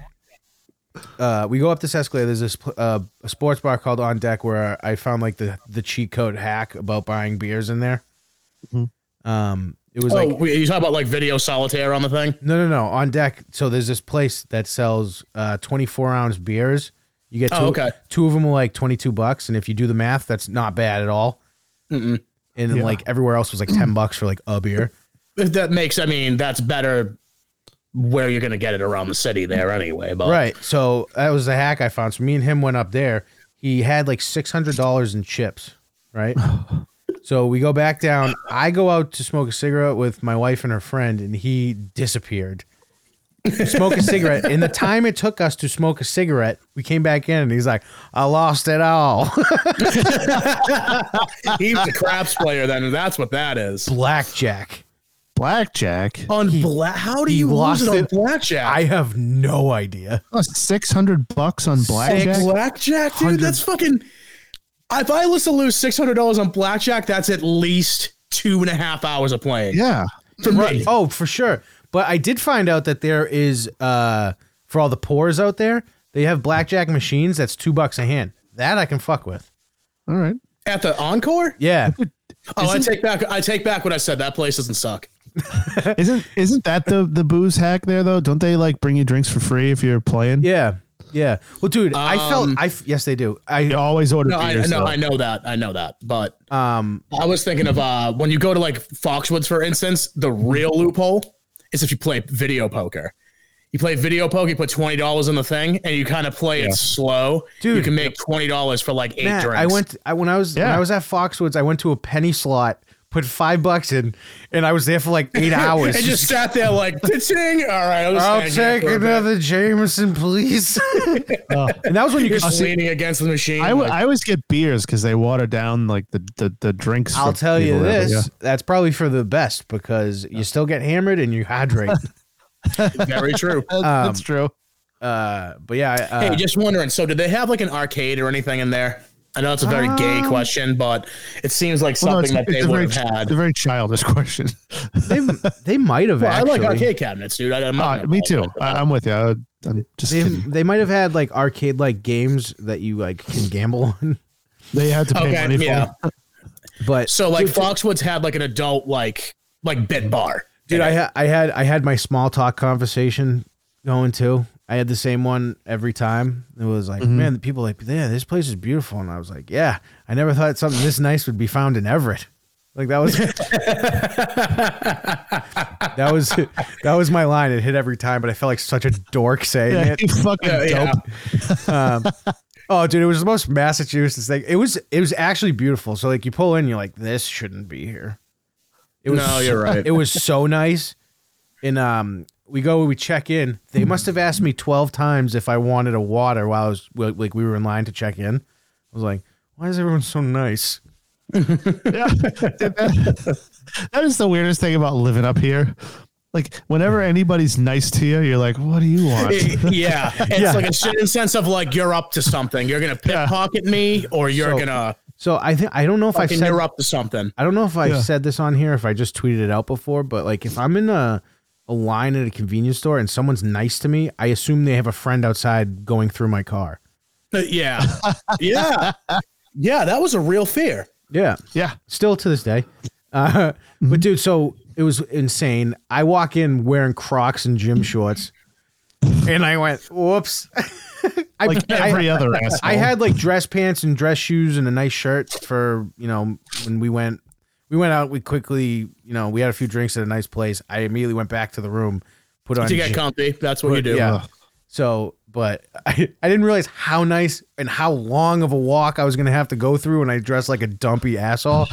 S2: Uh, we go up this escalator. There's this pl- uh, a sports bar called On Deck where I found like the the cheat code hack about buying beers in there. Um, it was
S1: Oh,
S2: like
S1: wait, you talk about like video solitaire on the thing?
S2: no, no, no. On deck. So there's this place that sells uh, 24 ounce beers. You get two,
S1: Oh, okay.
S2: two of them are like 22 bucks, and if you do the math, that's not bad at all. And then,
S3: Yeah.
S2: like everywhere else was like 10 bucks for like a beer.
S1: If that makes, I mean, that's better where you're going to get it around the city there anyway. But
S2: Right. So that was the hack I found. So me and him went up there. He had like six hundred dollars in chips. Right. so we go back down. I go out to smoke a cigarette with my wife and her friend, and he disappeared. smoke a cigarette. In the time it took us to smoke a cigarette, we came back in and he's like, I lost it all.
S1: he was a craps player then, and that's what that is.
S2: Blackjack.
S3: Blackjack.
S1: On black, how do
S2: he
S1: you lose
S2: lost
S1: it on
S2: it.
S1: blackjack?
S2: I have no idea.
S3: Oh, 600 bucks on blackjack.
S1: blackjack, dude,
S3: Hundred-
S1: that's fucking. If I was to lose six hundred dollars on blackjack, that's at least two and a half hours of playing
S3: Yeah.
S1: for me.
S2: Oh, for sure. But I did find out that there is uh for all the poors out there, they have blackjack machines that's two bucks a hand. That I can fuck with.
S3: All right.
S1: At the encore?
S2: Yeah.
S1: Oh, I take back. I take back what I said. That place doesn't suck.
S3: Isn't isn't that the the booze hack there though? Don't they like bring you drinks for free if you're playing?
S2: Yeah. Yeah. Well, dude, I felt
S1: Um,
S2: I f- yes they do.
S3: You
S2: I
S3: always order
S1: No, I,
S3: beers.
S1: no,
S3: though.
S1: I know that. I know that. But
S2: um
S1: I was thinking of uh, when you go to like Foxwoods, for instance, the real loophole is if you play video poker. You play video poker, you put twenty dollars in the thing, and you kind of play it slow. you
S2: Dude.
S1: can make twenty dollars for like eight
S2: Matt,
S1: drinks.
S2: I went I when I was when
S3: Yeah.
S2: I was at Foxwoods, I went to a penny slot, put 5 bucks in, and I was there for like 8 hours.
S1: and just sat there like, "Ting, all right, I'll, just
S2: I'll
S1: hang
S2: take
S1: here for a bit."
S2: another Jameson, please. Oh, and that was when you
S1: You're
S2: could
S1: just
S2: see
S1: leaning against the machine.
S3: I, w-
S1: like,
S3: I always get beers because they water down like the the, the drinks.
S2: I'll
S3: for
S2: tell you
S3: people there, but
S2: this:
S3: yeah.
S2: that's probably for the best because you still get hammered and you hydrate.
S1: very true.
S3: That-
S2: um,
S3: that's true.
S2: uh, but yeah, I- uh,
S1: hey, just wondering. So, did they have like an arcade or anything in there? I know it's a very gay question, but it seems like
S3: Um, Well, no,
S1: something that they
S3: a very,
S1: would have
S3: ch-
S1: had.
S3: It's a very childish question.
S2: they they might have
S1: Well, I
S2: actually.
S1: like arcade cabinets, dude. I, I'm not
S3: Uh,
S1: gonna
S3: me
S1: lie.
S3: too. I, I'm with you. I, am just
S2: They,
S3: kidding.
S2: they might have had like arcade like games that you like can gamble on,
S3: They had to pay
S1: Okay,
S3: money for
S1: yeah.
S3: it.
S2: but
S1: So like Foxwoods had like an adult like like bit bar.
S2: dude, I ha- I had I had my small talk conversation going too. I had the same one every time. It was like, man, the people like, yeah, this place is beautiful, and I was like, yeah, I never thought something this nice would be found in Everett. Like that was that was that was my line. It hit every time, but I felt like such a dork saying
S3: Yeah,
S2: it.
S3: you fucking
S1: Yeah, yeah.
S3: dope.
S2: Oh, dude, it was the most Massachusetts thing. It was it was actually beautiful. So like you pull in, you're like, this shouldn't be here. It was
S1: No, you're right.
S2: It was so nice. And um we go, we check in. They must have asked me twelve times if I wanted a water while I was like we were in line to check in. I was like, why is everyone so nice?
S3: That is the weirdest thing about living up here. Like whenever anybody's nice to you, you're like, "What do you want?"
S1: yeah, it's like a certain sense of like you're up to something. You're gonna pickpocket me, or you're
S2: So,
S1: gonna
S2: So I think I don't know if I
S1: fucking
S2: said
S1: you're up to something.
S2: I don't know if I
S3: Yeah.
S2: said this on here, if I just tweeted it out before, but like if I'm in a, a line at a convenience store and someone's nice to me, I assume they have a friend outside going through my car.
S1: But Uh, yeah, yeah, yeah. That was a real fear.
S2: Yeah.
S3: yeah,
S2: Still to this day. Uh,
S3: Mm-hmm.
S2: But dude, so it was insane. I walk in wearing Crocs and gym shorts and I went, whoops. I,
S3: like
S2: I-
S3: every other asshole.
S2: I had like dress pants and dress shoes and a nice shirt for you know when we went we went out we quickly you know we had a few drinks at a nice place I immediately went back to the room put on
S1: To get
S2: je-
S1: comfy, that's what you do.
S2: yeah So, but I, I didn't realize how nice and how long of a walk I was gonna have to go through when I dressed like a dumpy asshole.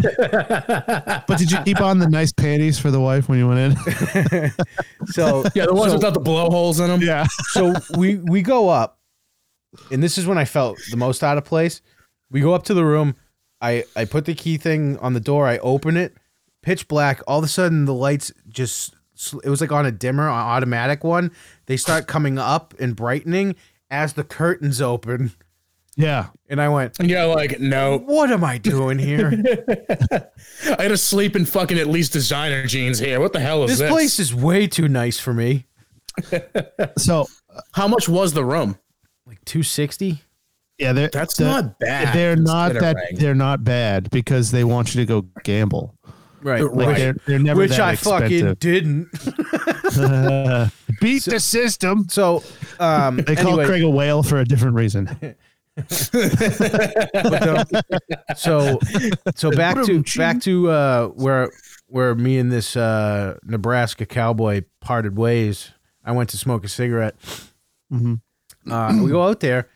S3: But did you keep on the nice panties for the wife when you went in?
S2: So
S1: Yeah, the ones
S2: so-
S1: without the blowholes in them.
S3: Yeah.
S2: so we we go up and this is when i felt the most out of place we go up to the room i i put the key thing on the door i open it pitch black all of a sudden the lights just sl- it was like on a dimmer on automatic one they start coming up and brightening as the curtains open
S3: Yeah.
S2: and i went
S1: And you're like, no,
S2: what am i doing here
S1: I gotta sleep in fucking at least designer jeans here. What the hell is
S2: this
S1: this?
S2: place is way too nice for me
S3: So
S1: How much was the room?
S2: like 260
S3: yeah, they're,
S1: That's
S3: the-
S1: not bad.
S3: They're not that.
S1: considering.
S3: They're not bad because they want you to go gamble.
S2: right
S3: Like
S1: Right.
S3: they're, they're never
S2: which
S3: that
S2: i fucking
S3: expensive.
S2: didn't
S3: beat the system.
S2: so um
S3: They call
S2: anyway,
S3: Craig a whale for a different reason.
S2: um, so so back to back to uh where where me and this uh Nebraska cowboy parted ways. I went to smoke a cigarette. Uh, we go out there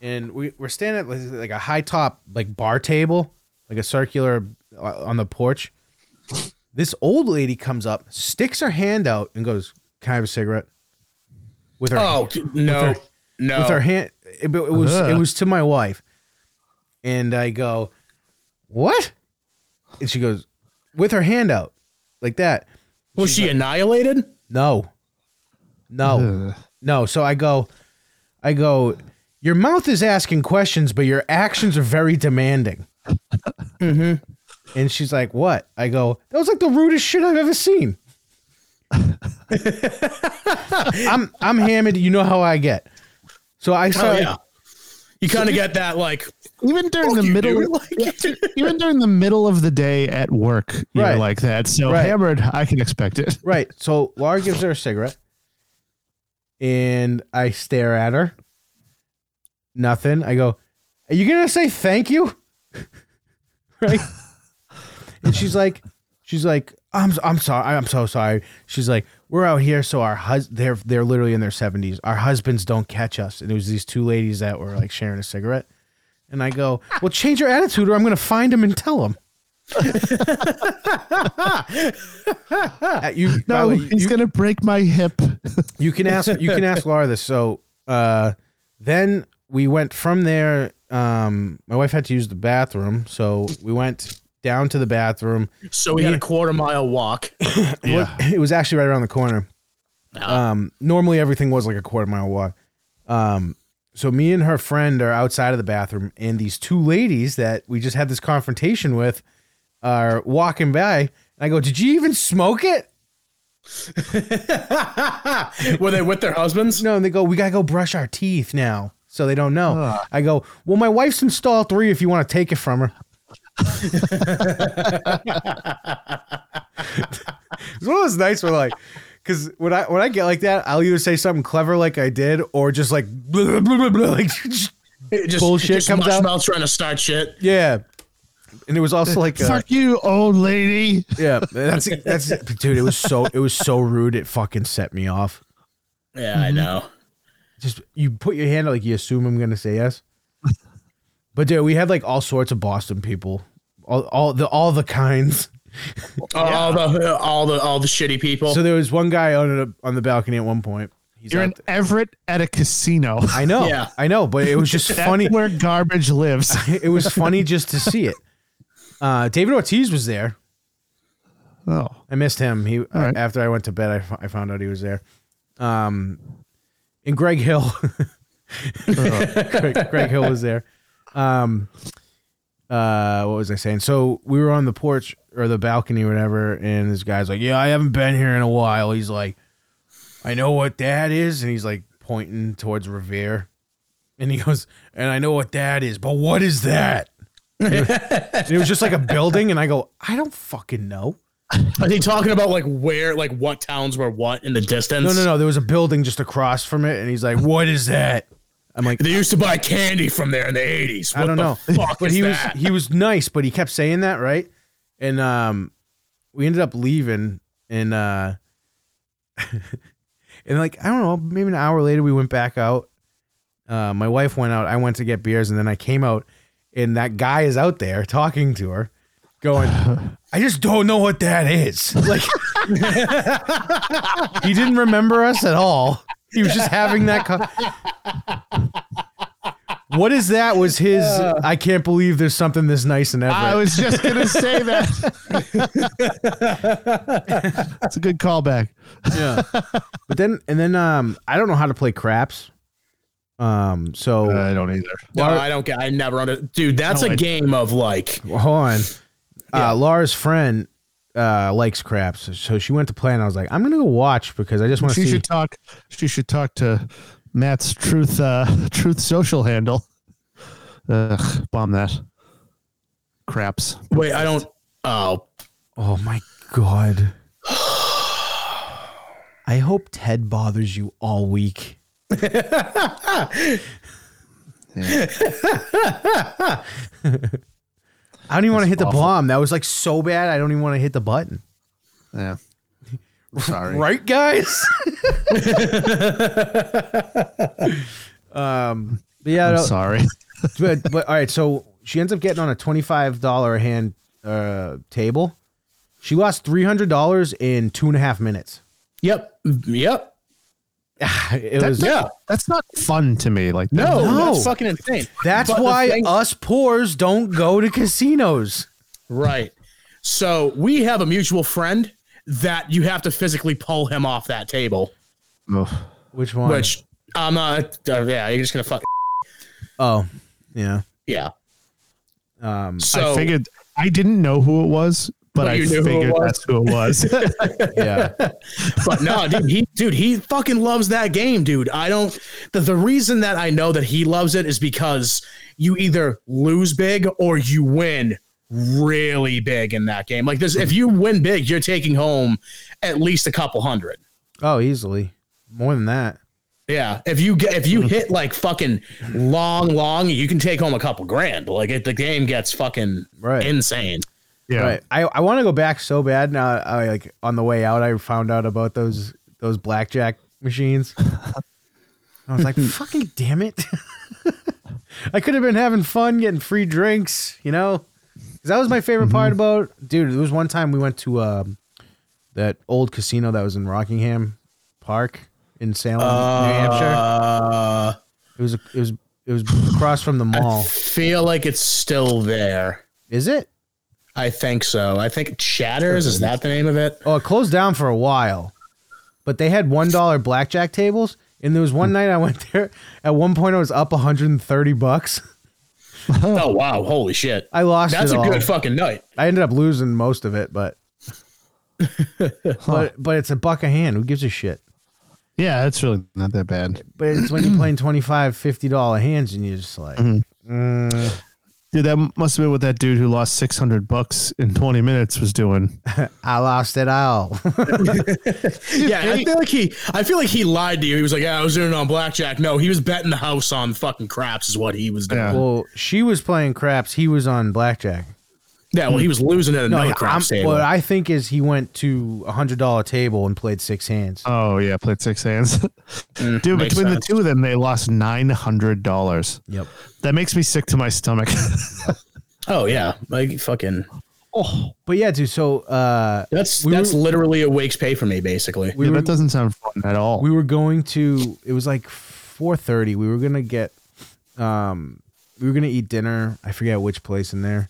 S2: and we, we're standing at like- like a high top like bar table, like a circular uh, on the porch. This old lady comes up, sticks her hand out, and goes, "Can I have a cigarette?" With her
S1: Oh no,
S2: With her-
S1: no.
S2: with her hand. It, but it was it
S3: Oh. Ugh.
S2: was to my wife, and I go, "What?" And she goes, "With her hand out, like that."
S1: was she annihilated?
S2: No, no,
S3: Ugh.
S2: no. So I go, I go. Your mouth is asking questions, but your actions are very demanding. And she's like, "What?" I go, "That was like the rudest shit I've ever seen." I'm I'm hammered. You know how I get. So I
S1: Oh
S2: start
S1: yeah. You kind of get that like
S3: even during the
S1: you,
S3: middle,
S1: dude. Like-
S3: even during the middle of the day at work, you're
S2: Right.
S3: like that. So
S2: Right.
S3: hammered, I can expect it.
S2: Right. So Laura gives her a cigarette, and I stare at her. Nothing. I go, "Are you gonna say thank you?" right. and she's like, she's like, "I'm I'm sorry. I'm so sorry." She's like, "We're out here, so our hus they're they're literally in their seventies. Our husbands don't catch us." And it was these two ladies that were like sharing a cigarette. And I go, well, change your attitude, or I'm going to find him and tell him. you, by the
S3: No,
S2: way,
S3: he's
S2: you-
S3: gonna break my hip.
S2: you can ask you can ask Laura this. So uh, then we went from there. Um, my wife had to use the bathroom, so we went down to the bathroom.
S1: so we had a quarter mile walk.
S3: yeah.
S2: It was actually right around the corner. Um, normally everything was like a quarter mile walk. Um, so me and her friend are outside of the bathroom, and these two ladies that we just had this confrontation with are walking by. And I go, "Did you even smoke it?"
S1: Were they with their husbands?
S2: No, and they go, we gotta go brush our teeth now, so they don't know. I go, well, my wife's in stall three. If you want to take it from her, it's one of those nights where like, because when I when I get like that, I'll either say something clever like I did, or just like, blah, blah, blah, blah, like
S1: It Just,
S2: Bullshit
S1: just
S2: comes out.
S1: Mushmouth trying to start shit.
S2: yeah. And it was also like, uh,
S3: Fuck you, old lady.
S2: yeah, that's that's dude. It was so it was so rude. It fucking set me off.
S1: Yeah, I know.
S2: just you put your hand out like you assume I'm gonna say yes. But dude, we had like all sorts of Boston people, all, all the all the kinds.
S1: All the all the all the shitty people.
S2: So there was one guy on a, on the balcony at one point. He's
S3: You're
S2: out
S3: in
S2: there.
S3: Everett at a casino.
S2: I know,
S1: Yeah.
S2: I know, but it was just
S3: That's
S2: funny.
S3: where garbage lives.
S2: It was funny just to see it. Uh, David Ortiz was there.
S3: Oh,
S2: I missed him. He
S3: right.
S2: after I went to bed, I, f- I found out he was there. Um, and Greg Hill, Greg, Greg Hill was there. Um, uh, what was I saying? So we were on the porch or the balcony, or whatever, and this guy's like, "Yeah, I haven't been here in a while." He's like, "I know what that is," and he's like pointing towards Revere, and he goes, "And I know what that is, but what is that?" and it was just like a building, and I go, "I don't fucking know."
S1: Are they talking about like where, like what towns were what in the distance?
S2: No, no, no. There was a building just across from it, and he's like, "What is that?" I'm like,
S1: They used to buy candy from there in the eighties.
S2: "I don't know."
S1: Fuck
S2: But
S1: is
S2: he
S1: that?
S2: was he was nice, but he kept saying that, right? And um, we ended up leaving, and uh, And like I don't know, maybe an hour later we went back out. Uh, my wife went out. I went to get beers, and then I came out, and that guy is out there talking to her, going, "I just don't know what that is." Like he didn't remember us at all. He was just having that. Co- what is that? Was his? I can't believe there's something this nice in Everett.
S3: I was just gonna say that. It's a good callback.
S2: yeah. But then and then um I don't know how to play craps. Um so
S3: I don't either.
S1: No, I don't get. I never under. Dude, that's
S3: No,
S1: a
S3: I-
S1: game of like.
S2: well, hold on. Uh Laura's friend uh likes craps. So she went to play and I was like, I'm gonna go watch because I just want to
S3: She
S2: see
S3: should talk. She should talk to Matt's truth. Uh, truth social handle. Ugh, bomb that. Craps.
S1: Wait, I don't. Oh,
S2: Oh my god. I hope Ted bothers you all week. I don't even want to hit the
S3: awful.
S2: bomb. That was like so bad. I don't even want to hit the button.
S3: Yeah. I'm Sorry.
S2: Right, guys? um, but yeah,
S3: I'm
S2: no,
S3: sorry.
S2: but, but all right. So she ends up getting on a twenty-five dollar hand uh, table. She lost three hundred dollars in two and a half minutes.
S1: yep, yep.
S2: It was
S1: Yeah,
S3: That's not fun to me. Like that-
S1: no,
S2: No.
S1: that's fucking insane.
S2: that's
S1: But the
S2: why
S1: thing-
S2: us poors don't go to casinos.
S1: Right. So we have a mutual friend that you have to physically pull him off that table,
S3: Ugh.
S2: Which one?
S1: which I'm not. Uh, yeah, you're just gonna fuck.
S2: Oh, yeah.
S1: Yeah.
S2: Um,
S1: So
S3: I figured I didn't know who it was, but,
S1: But
S3: I
S1: you knew who it
S3: figured
S1: was?
S3: that's who it was.
S2: yeah.
S1: But no, dude, he dude, he fucking loves that game, dude. I don't the, the reason that I know that he loves it is because you either lose big or you win really big in that game. Like this if you win big, you're taking home at least a couple hundred.
S2: Oh, easily more than that.
S1: Yeah. If you get if you
S2: Mm-hmm.
S1: hit like fucking long, long, you can take home a couple grand. Like it, the game gets fucking
S2: Right.
S1: insane.
S3: yeah.
S2: Right. I, I want to go back so bad now. I like on the way out, I found out about those those blackjack machines. I was like, fucking damn it! I could have been having fun, getting free drinks, you know. 'Cause that was my favorite part about, dude. There was one time we went to um, that old casino that was in Rockingham Park in Salem, New Hampshire.
S1: Uh,
S2: It was a, it was it was across from the mall.
S1: feel like it's still there.
S2: Is it?
S1: I think so. I think Shatters is that the name of it?
S2: Oh, it closed down for a while, but they had one dollar blackjack tables. And there was one night I went there. At one point, I was up 130 bucks.
S1: Oh wow, holy shit.
S2: I lost.
S1: That's
S2: it
S1: a
S2: all.
S1: good fucking night.
S2: I ended up losing most of it, but but but it's a buck a hand. Who gives a shit?
S3: Yeah, it's really not that bad.
S2: But it's when you're playing 25 50 dollar hands, and you're just like,
S1: Mm-hmm.
S2: mm,
S3: Dude, that must have been what that dude who lost 600 bucks in 20 minutes was doing.
S2: I lost it all.
S1: Yeah, I feel like he I feel like he lied to you. He was like, Yeah, I was doing it on blackjack. No, he was betting the house on fucking craps is what he was doing.
S3: Yeah.
S1: Yeah,
S2: well, she was playing craps. He was on blackjack.
S1: well he was losing at another
S2: Like, I'm-
S1: craps table.
S2: What I think is he went to a hundred dollar table and played six hands.
S1: Uh,
S3: Oh, yeah, played six hands. dude,
S1: Mm, makes
S3: between the
S1: sense.
S3: two of them, they lost $900.
S2: Yep.
S3: That makes me sick to my stomach.
S1: oh yeah. Like fucking
S2: But yeah, dude. So uh,
S1: that's
S2: We
S1: that's
S2: were-
S1: literally a wake's pay for me, basically.
S2: we
S3: Dude,
S2: were
S3: that doesn't sound fun at all.
S2: we were going to. It was like four thirty. We were gonna get. Um, we were gonna eat dinner. I forget which place in there,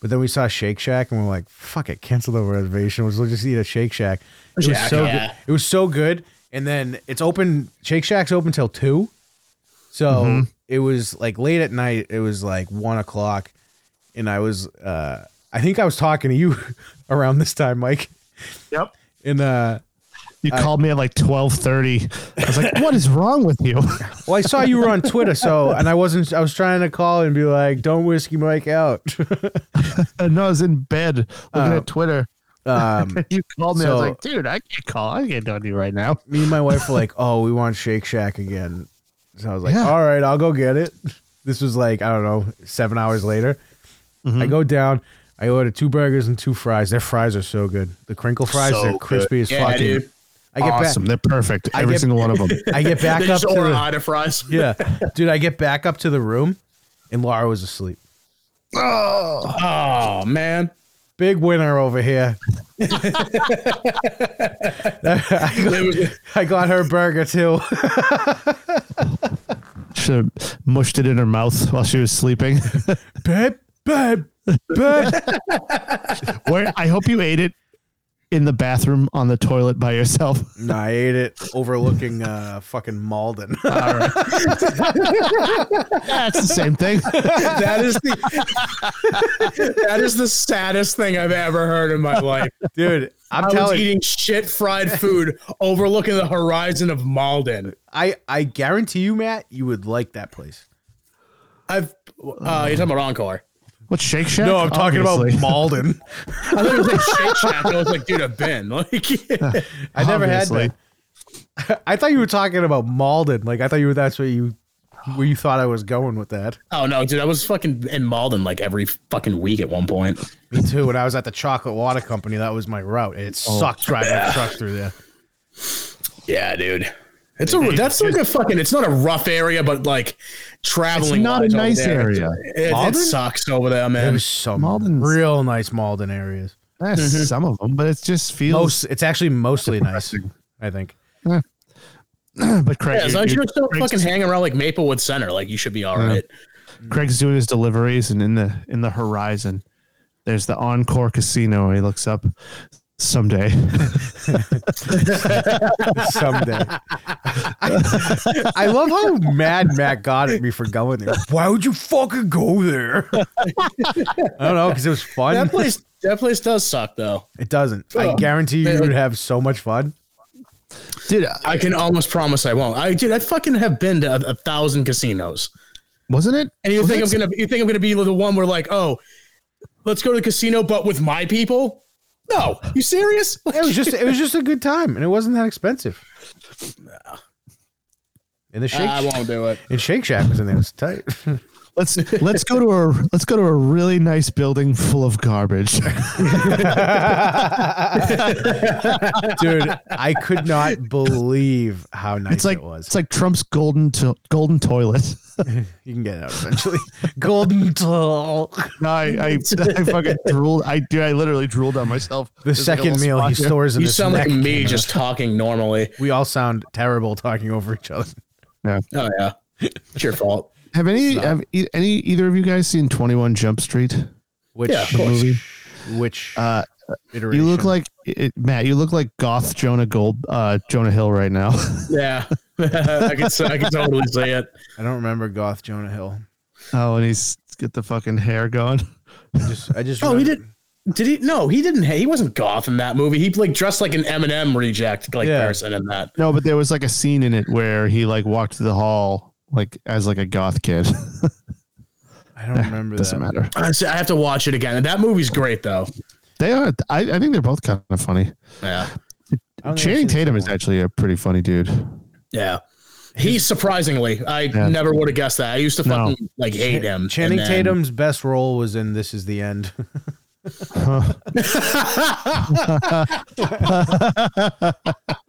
S2: but then we saw Shake Shack and we're like, "Fuck it, cancel the reservation. We'll just eat at Shake Shack." It was
S1: Shack,
S2: so
S1: yeah.
S2: good. It was so good. And then it's open. Shake Shack's open till two, so
S1: Mm-hmm.
S2: it was like late at night. It was like one o'clock, and I was. Uh, I think I was talking to you around this time, Mike.
S3: yep.
S2: And uh,
S3: You called me at like 1230. I was like, what is wrong with you?
S2: Well, I saw you were on Twitter, so and I wasn't. I was trying to call and be like, "Don't whiskey Mike out."
S3: and I was in bed looking
S1: Oh.
S3: at Twitter.
S2: Um,
S3: you called me. I
S2: so-
S3: was like, dude, I can't call. I can't do you right now.
S2: me and my wife were like, "Oh, we want Shake Shack again." So I was like,
S3: Yeah.
S2: "All right, I'll go get it." This was like I don't know, seven hours later. I go down. I order two burgers and two fries. Their fries are so good. The crinkle fries,
S3: So
S2: they're crispy as
S1: Yeah,
S2: fucking.
S1: dude.
S2: I get
S3: awesome.
S2: back.
S3: They're perfect.
S2: I
S3: Every
S2: get-
S3: single one of them.
S2: I get
S1: They
S2: back up
S1: just
S2: to
S1: order
S2: the,
S1: hot fries.
S2: yeah, dude. I get back up to the room, and Laura was asleep.
S3: oh,
S1: Oh man.
S2: Big winner over here. I,
S1: They
S2: got,
S1: was-
S2: I got her burger too.
S3: should have mushed it in her mouth while she was sleeping.
S2: babe, babe, babe.
S3: Where I hope you ate it in the bathroom on the toilet by yourself.
S2: No, I ate it overlooking uh fucking Malden.
S3: That's the same thing.
S1: that is the that is the saddest thing I've ever heard in my life.
S2: Dude, I'm
S1: i was
S2: telling you,
S1: eating shit fried food overlooking the horizon of Malden.
S2: I I guarantee you, Matt, you would like that place.
S1: I've uh, you're talking about Encore.
S3: What Shake Shack? Obviously.
S2: Malden.
S1: I thought it was like Shake Shack. I was like, dude, I've been like.
S2: I never had
S3: Obviously.
S2: that. I thought you were talking about Malden. Like I thought you were that's where you where you thought I was going with that.
S1: oh no, dude, I was fucking in Malden like every fucking week at one point.
S2: Me too. When I was at the chocolate water company, that was my route. It
S3: Oh.
S2: sucked driving the truck through there.
S1: Yeah, dude. It's a that's like a fucking. It's not a rough area, but like traveling.
S3: not a
S1: wise over
S3: nice
S1: there,
S3: area.
S1: It, it
S2: Malden?
S1: sucks over there,
S2: It
S1: man.
S2: was some
S3: Malden's-
S2: real nice Malden areas.
S3: Eh, Some of them, but it just feels.
S2: Mm-hmm. Most, it's actually mostly nice. I think.
S3: but Craig,
S1: Yeah, as long as
S3: you-
S1: you're
S3: you-
S1: still
S3: Craig's,
S1: fucking hanging around like Maplewood Center, like you should be all right.
S3: Craig's doing his deliveries, and in the in the horizon, there's the Encore Casino. He looks up someday.
S2: someday. I, I love how mad Matt got at me for going there. Why would you fucking go there? I don't know because it was fun.
S1: That place, that place does suck though.
S2: It doesn't.
S3: Oh.
S2: I guarantee you, you would have so much fun.
S3: Dude,
S1: I can almost promise I won't. I dude, I fucking have been to a, a thousand casinos.
S3: wasn't it?
S1: And you
S3: Was
S1: think
S3: it
S1: I'm gonna, you think I'm gonna be the one where like, oh, let's go to the casino, but with my people? No, you serious?
S2: It was just, it was just a good time, and it wasn't that expensive. And the
S1: I
S2: shake,
S1: won't do it.
S2: and Shake Shack was in there. It was tight.
S3: Let's let's go to a let's go to a really nice building full of garbage.
S2: Dude, I could not believe how nice
S3: It's like
S2: it was.
S3: it's like Trump's golden to, golden toilet.
S2: you can get it out eventually. Golden Toll.
S3: No, I, I, I fucking drooled. I do. I literally drooled on myself.
S2: The
S3: There's like a
S2: second
S3: little
S2: meal
S3: spot
S2: he
S3: here.
S2: stores in
S1: You
S2: his
S1: sound
S2: neck.
S1: like me just talking normally.
S2: we all sound terrible talking over each other.
S1: Oh yeah, it's your fault.
S3: Have any
S2: uh,
S3: have e- any either of you guys seen Twenty One Jump Street?
S2: Which
S1: Yeah, of course.
S2: Which
S3: Uh,
S2: iteration?
S3: you look like it, Matt. You look like goth Jonah Gold uh, Jonah Hill right now.
S1: Yeah, I can, I can totally say it.
S2: I don't remember Goth Jonah Hill.
S3: oh, and he's got the fucking hair going.
S2: I just I just
S1: Oh, he
S2: remember-
S1: didn't. Did he? No, he didn't. He wasn't goth in that movie. He like dressed like an Eminem reject like
S2: Yeah.
S1: person in that.
S3: No, but there was like a scene in it where he like walked through the hall like as like a goth kid.
S2: I don't remember
S3: Doesn't
S2: that.
S3: matter.
S1: I s- I have to watch it again. That movie's great though.
S3: They are. I, I think they're both kind of funny.
S2: I don't
S1: Yeah,
S2: think I've
S3: Channing
S2: seen the
S3: Tatum
S2: second
S3: is
S2: one.
S3: actually a pretty funny dude.
S1: yeah. He's surprisingly, I never would have guessed that. I used to
S3: No.
S1: fucking like hate him. and
S2: Channing
S1: then-
S2: Tatum's best role was in This Is the End.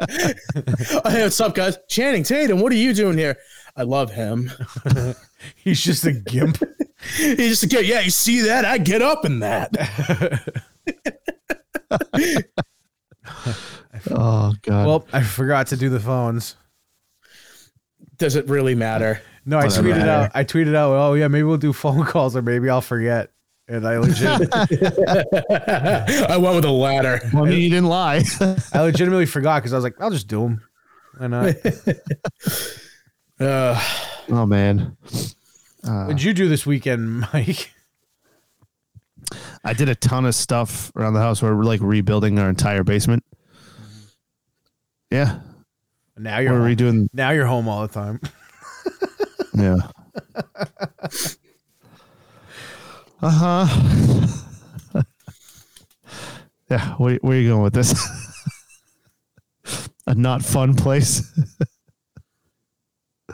S1: Hey, what's up, guys? Channing Tatum, what are you doing here? I love him.
S2: He's just a gimp.
S1: He just go, yeah. You see that? I get up in that.
S3: Oh god.
S2: well, I forgot to do the phones.
S1: Does it really matter?
S2: No, I
S3: Doesn't
S2: tweeted
S3: matter.
S2: out. I tweeted out. Oh yeah, maybe we'll do phone calls, or maybe I'll forget. And I legit,
S1: I went with a ladder.
S3: Well, I mean, you didn't lie.
S2: I legitimately forgot because I was like, I'll just do them. Why not?
S1: Uh,
S3: oh man,
S2: What'd you do this weekend, Mike?
S3: I did a ton of stuff around the house. We're like rebuilding our entire basement. Yeah,
S2: Now you're
S3: we're
S2: home.
S3: redoing.
S2: now you're home all the time.
S3: Yeah. Uh huh. yeah. Where, where are you going with this? a not fun place.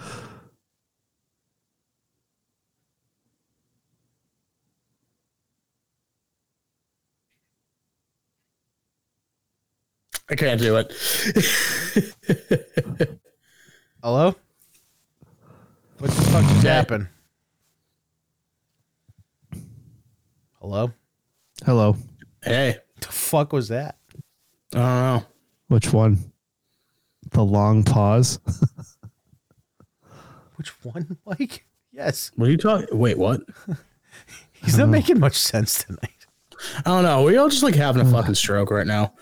S1: I can't do it.
S2: Hello? What the fuck just happened? Hello?
S3: Hello.
S1: Hey,
S2: The fuck was that?
S1: I don't know.
S3: Which one? The long pause.
S2: Which one, Mike? Yes.
S1: What are you talking? Wait, what?
S2: He's not making much sense tonight.
S1: I don't know. We all just like having a fucking stroke right now.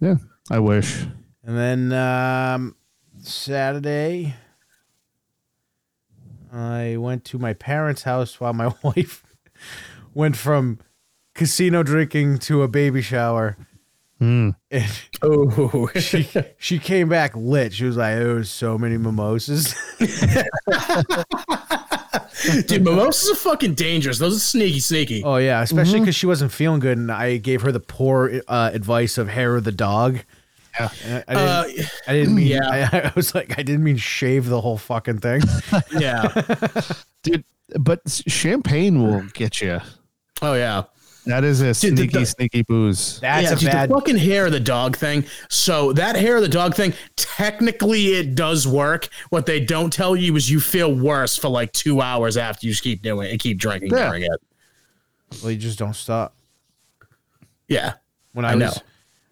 S3: Yeah. I wish.
S2: And then um, Saturday, I went to my parents' house while my wife went from casino drinking to a baby shower.
S3: Hmm.
S2: And
S1: Oh,
S2: she, she came back lit. She was like, there was so many mimosas.
S1: dude, mimosas are fucking dangerous. Those are sneaky, sneaky.
S2: Oh yeah,
S1: Mm-hmm.
S2: especially because she wasn't feeling good, and I gave her the poor uh, advice of hair of the dog.
S3: Yeah.
S2: And I, I didn't. I didn't mean.
S1: Uh, yeah.
S2: I, I was like, I didn't mean shave the whole fucking thing.
S1: Uh, yeah.
S3: Dude, but s- champagne will get you.
S1: Oh yeah.
S3: That is a
S1: Dude, the-
S3: sneaky,
S1: the-
S3: sneaky booze.
S2: That's
S1: yeah,
S2: a
S1: dude,
S2: bad.
S1: the fucking hair of the dog thing. So that hair of the dog thing, technically it does work. What they don't tell you is you feel worse for like two hours after you just keep doing it and keep drinking
S3: Yeah.
S1: during it.
S2: well, you just don't stop.
S1: Yeah.
S2: When I,
S1: I
S2: was
S1: know.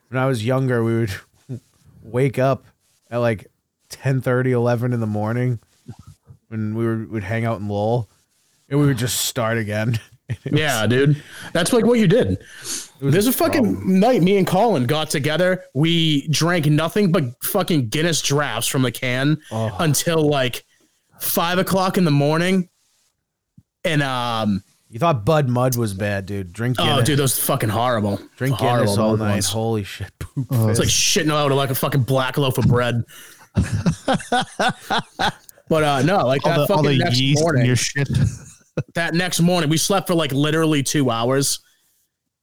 S2: when I was younger, we would wake up at like 10, 11 in the morning when we were, would hang out in Lowell, and we would just start again.
S1: Yeah, dude. That's like what you did. There's a fucking night me and Colin got together. We drank nothing but fucking Guinness drafts from the can until like five o'clock in the morning. And um
S2: You thought Bud Mud was bad, dude. Drink Guinness.
S1: oh dude, those fucking horrible.
S2: Drink
S1: horrible,
S2: Guinness all
S1: those
S2: night.
S1: ones.
S2: Holy shit. Poop
S3: Uh,
S1: It's like shitting out of like a fucking black loaf of bread. but uh no, like that
S3: All the, all
S1: fucking
S3: the
S1: next
S3: yeast
S1: morning.
S3: in your shit.
S1: that next morning we slept for like literally two hours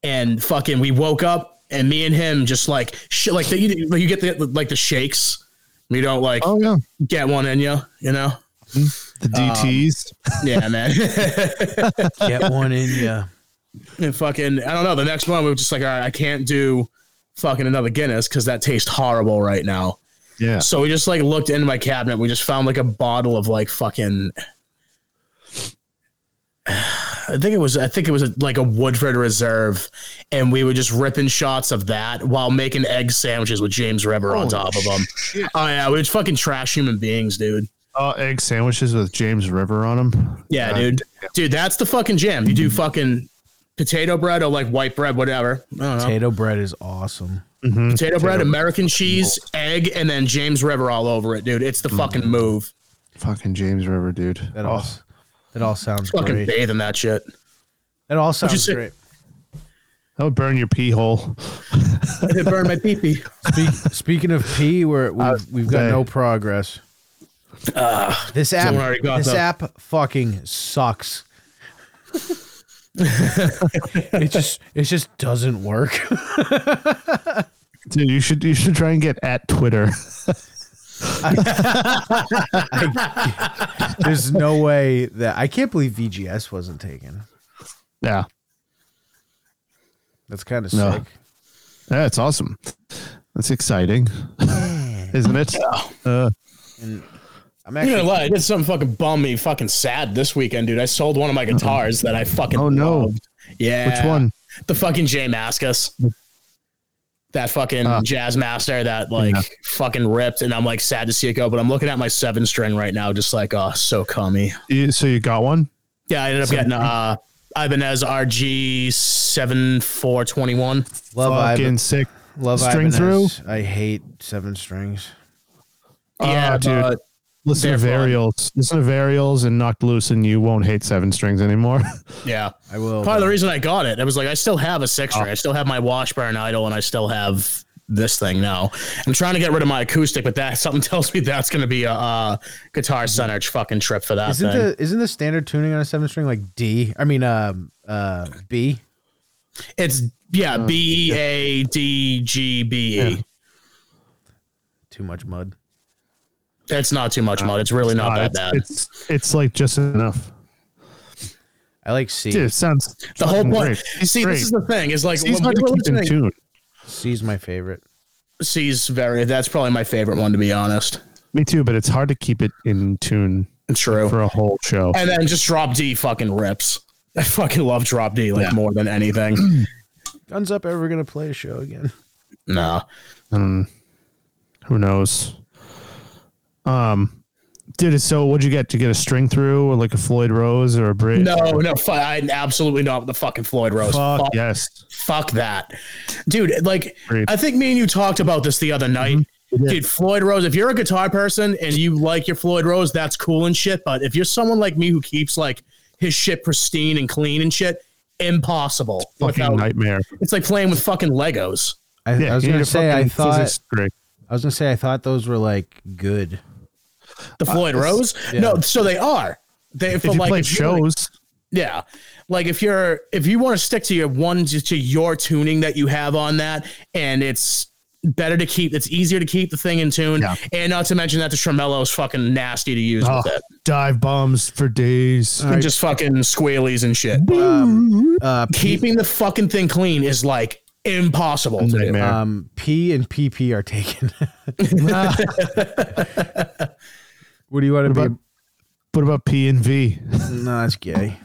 S1: and fucking we woke up and me and him just like shit like the, you, like, you get the like the shakes you don't like
S3: Oh, yeah.
S1: get one in you you know
S3: The
S1: Um,
S3: DTs.
S1: yeah man
S2: Get one in ya.
S1: and fucking i don't know the next morning we were just like all right i can't do fucking another guinness because that tastes horrible right now
S3: yeah.
S1: so we just like looked into my cabinet we just found like a bottle of like fucking I think it was I think it was like a Woodford Reserve, and we were just ripping shots of that while making egg sandwiches with James River on top of them. Oh yeah, we were just fucking trash human beings, dude.
S3: Oh, egg sandwiches with James River on them.
S1: Yeah, dude, dude, that's the fucking jam. You do fucking potato bread or like white bread, whatever. I don't know. Potato,
S2: Potato bread is awesome.
S1: bread, American cheese, egg, and then James River all over it, dude. It's the fucking move.
S3: Fucking James River, dude.
S2: That
S3: oh,
S2: all s- that all sounds
S1: Fucking
S2: great.
S1: bathe in that shit.
S2: That all
S1: you
S2: sounds
S1: say?
S2: great.
S3: that would burn your pee hole.
S1: I did burn my pee pee.
S2: Speak, speaking of pee, we're,
S1: Uh,
S2: we've, we've got
S3: saying.
S2: no progress. this app,
S1: Ah, someone already got
S2: this
S1: the-
S2: app, fucking sucks. it just, it just doesn't work.
S3: Dude, you should you should try and get at Twitter.
S2: There's no way that I can't believe VGS wasn't taken.
S3: yeah.
S2: That's kind of
S3: No.
S2: sick.
S3: Yeah, it's awesome. That's exciting. Isn't it? Uh,
S2: I'm
S1: You
S2: actually,
S1: know, lie, I did something fucking bum me fucking sad this weekend, dude. I sold one of my guitars that I fucking
S3: Oh, no.
S1: loved. Yeah.
S3: Which one?
S1: The fucking J Mascus. That fucking
S3: Ah.
S1: jazz master that like fucking ripped and I'm like sad to see it go, but I'm looking at my seven string right now, just like oh so cummy.
S3: You, so you got one?
S1: Yeah, I ended up getting uh Ibanez RG seven four twenty one.
S2: love,
S3: Fucking
S2: Ivan,
S3: sick.
S2: love
S3: string
S2: Ibanez. I hate seven strings.
S1: Yeah,
S3: Ah, dude.
S1: but-
S3: Listen to
S1: They're fun.
S3: varials. Listen to varials and knocked loose, and you won't hate seven strings anymore.
S1: Yeah.
S2: I will.
S1: Part of the reason I got it, I was like, I still have a six
S3: Oh.
S1: string. I still have my Washburn idol, and I still have this thing now. I'm trying to get rid of my acoustic, but that something tells me that's going to be a uh, guitar center fucking trip for that
S2: Isn't
S1: thing.
S2: the isn't the standard tuning on a seven string like D? I mean, um, uh, B.
S1: it's yeah, B E A D G B E.
S2: Too much mud.
S1: It's not too much mud. It's really not
S3: Uh,
S1: that
S3: it's,
S1: bad.
S3: It's it's like just enough.
S2: I like C.
S3: Dude, it sounds
S1: the whole
S3: fucking
S1: point.
S3: great. He's
S1: See,
S3: great.
S1: this is the thing. Is like
S3: He's
S1: when
S3: hard
S1: we
S3: to
S1: were
S3: keep in
S1: listening-
S3: tune.
S2: C's my favorite.
S1: She's very. That's probably my favorite one, to be honest.
S3: Me too, but it's hard to keep it in tune
S1: True.
S3: for a whole show.
S1: and then just drop D fucking rips. I fucking love drop D like
S3: Yeah.
S1: more than anything.
S2: Guns Up ever gonna play a show again?
S1: no,
S3: Um, who knows? Um, dude, so what'd you get? To get a string through, or like a Floyd Rose, or a bridge?
S1: no, no. Fu- I absolutely not with the fucking Floyd Rose.
S3: Fuck,
S1: Fuck,
S3: yes.
S1: fuck that, dude. Like
S3: Agreed.
S1: I think me and you talked about this the other night.
S3: Mm-hmm.
S1: Dude, Floyd Rose. If you're a guitar person and you like your Floyd Rose, that's cool and shit. But if you're someone like me who keeps like his shit pristine and clean and shit, impossible.
S3: Fucking
S1: Without-
S3: nightmare.
S1: it's like playing with fucking Legos.
S2: I, I was
S3: you need
S2: gonna
S3: a
S2: say I
S3: fucking
S2: thought
S3: physics degree.
S2: I was gonna say I thought those were like good.
S1: The Floyd Rose. No, so they are. They
S3: Uh, If you play shows,
S1: Yeah. Like if you're if you want to stick to your one to to your tuning that you have on that and it's better to keep it's easier to keep the thing in tune
S3: Yeah.
S1: and not to mention that the tremolo is fucking nasty to use
S3: oh, Uh,
S1: with it.
S3: dive bombs for days.
S2: right.
S1: Just fucking squealies and shit.
S2: Uh, P,
S1: Keeping the fucking thing clean is like impossible to do.
S3: Nightmare.
S2: um, P and PP are taken. what do you want to
S3: What
S2: be?
S3: about- what about P and V?
S2: No, it's gay.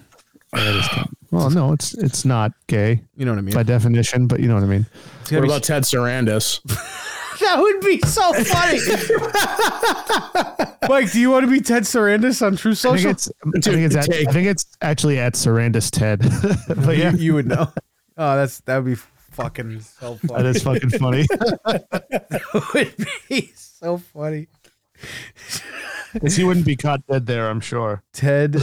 S3: Well, no, it's it's not gay
S2: You know what I mean?
S3: by definition, but you know what I mean.
S2: It's
S1: What
S2: gotta be-
S1: about Ted Sarandis?
S2: that would be so funny. Mike, do you want to be Ted Sarandis on True
S3: I think
S2: Social?
S3: it's, I think it's, act- I think it's actually at Sarandis Ted, but yeah,
S2: You, you would know. Oh, that's that would be fucking so funny.
S3: that is fucking funny.
S2: would be so funny.
S3: 'Cause he wouldn't be caught dead there, I'm sure.
S2: Ted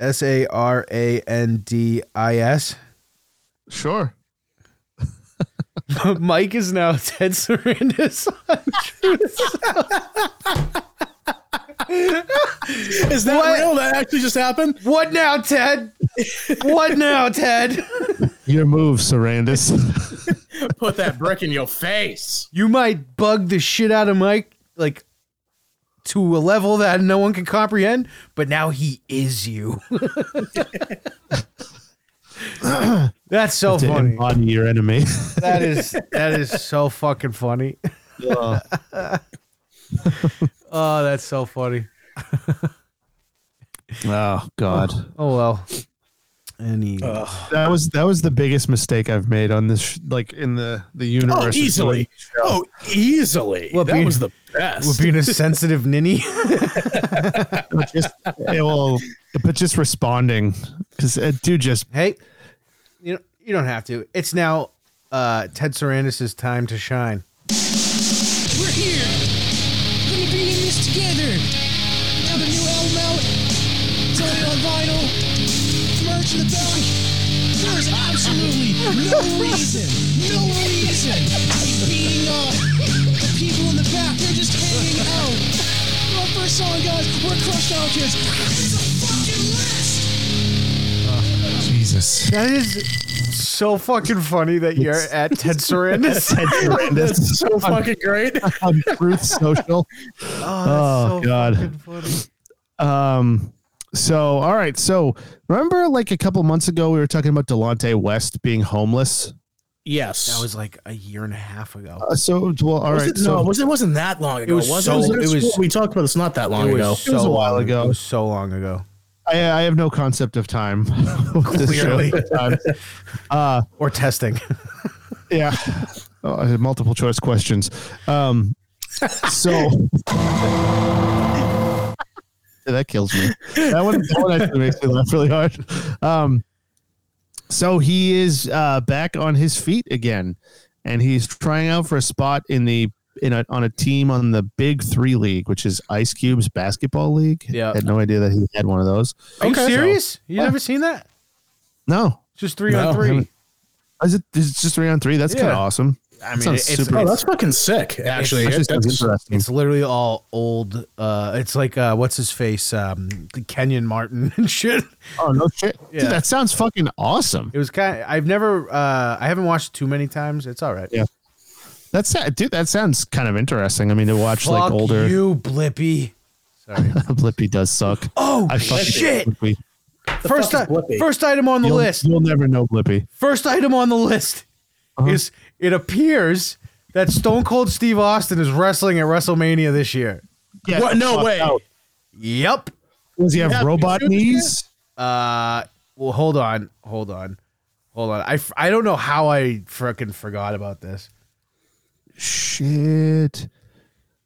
S2: S A R A N D I S.
S3: Sure.
S2: Mike is now Ted Sarandis.
S1: Is that
S2: What?
S1: real? That actually just happened?
S2: what now, Ted? What now, Ted?
S3: Your move, Sarandis.
S1: Put that brick in your face.
S2: You might bug the shit out of Mike, like to a level that no one can comprehend, but now he is you. That's so
S3: to
S2: funny.
S3: embody your enemy.
S2: That is that is so fucking funny. Oh, that's so funny.
S3: oh God,
S2: Oh well. Any
S3: that was that was the biggest mistake I've made on this, sh- like in the the universe.
S1: Oh,
S3: of
S1: easily.
S3: doing-
S1: Oh, easily.
S2: Well,
S1: that
S2: being-
S1: was the best.
S2: we're being a sensitive ninny.
S3: Just, yeah, well, but just responding because dude just
S2: Hey, you know, you don't have to. It's now uh, Ted Sarandis' time to shine.
S4: We're here. We're gonna be in this together. We have a new album out. It's only on vinyl. It's merch in the belly. There is absolutely no reason, no reason to be beating up the people in the back. They're just hanging out. Our first song, guys. We're crushed out kids. It's a fucking list.
S3: Jesus.
S2: That is so fucking funny that you're at Ted Sarandis.
S1: That's so
S3: I'm-
S1: fucking great.
S3: on Truth Social.
S2: Oh,
S3: Oh, God.
S2: fucking funny.
S3: Um, so all right, so remember like a couple months ago we were talking about Delonte West being homeless.
S1: Yes.
S2: That was like a year and a half ago.
S3: Uh, so well, all right,
S1: Was it,
S3: so
S1: no, it was it wasn't that long ago.
S2: was so-
S1: it?
S2: it was-
S1: we talked about this not that long ago.
S2: so
S3: was a while
S2: long
S3: ago.
S2: It was so long ago.
S3: I, I have no concept of time. This show
S2: Clearly.
S3: sometimes. uh,
S2: Or testing.
S3: yeah, oh, I had multiple choice questions. Um, so Yeah, that kills me. That one, that one actually makes me laugh really hard. Um, so he is uh, back on his feet again, and he's trying out for a spot in the in a, on a team on the Big Three League, which is Ice Cube's basketball league.
S2: Yeah.
S3: had no idea that he had one of those.
S2: Are you
S1: Okay.
S2: serious? You never seen that?
S3: No,
S2: Just three
S1: No,
S2: on
S1: I
S2: three.
S3: haven't. Is it? It's just three on three. That's
S2: Yeah.
S3: kind of awesome.
S2: I mean,
S3: sounds
S2: it's,
S3: super-
S1: Oh,
S2: it's-
S1: that's fucking sick. Actually,
S3: That's
S1: It-
S3: just sounds
S1: that's-
S3: interesting.
S2: It's literally all old. Uh, it's like uh, what's his face, um, the Kenyon Martin and shit.
S3: oh no shit,
S2: Yeah.
S3: dude, that sounds fucking awesome.
S2: It was kind. I've never. Uh, I haven't watched too many times. It's all right.
S3: Yeah. That's dude. That sounds kind of interesting. I mean, to watch
S2: Fuck
S3: like older
S2: you, Blippy. Sorry.
S3: Blippi does suck.
S2: Oh
S3: I fucking
S2: shit!
S3: hate Blippi.
S2: First,
S1: fuck
S2: I-
S1: is Blippi?
S2: first item on the
S3: You'll,
S2: list.
S3: you'll never know Blippi. Uh-huh.
S2: First item on the list is it appears that Stone Cold Steve Austin is wrestling at WrestleMania this year.
S3: Yeah,
S1: What? No way.
S2: Yep.
S3: Does he have
S1: Yeah,
S3: robot
S1: dude, yeah.
S3: knees?
S2: Uh, well, hold on, hold on, hold on. I, f- I don't know how I frickin' forgot about this,
S3: Shit.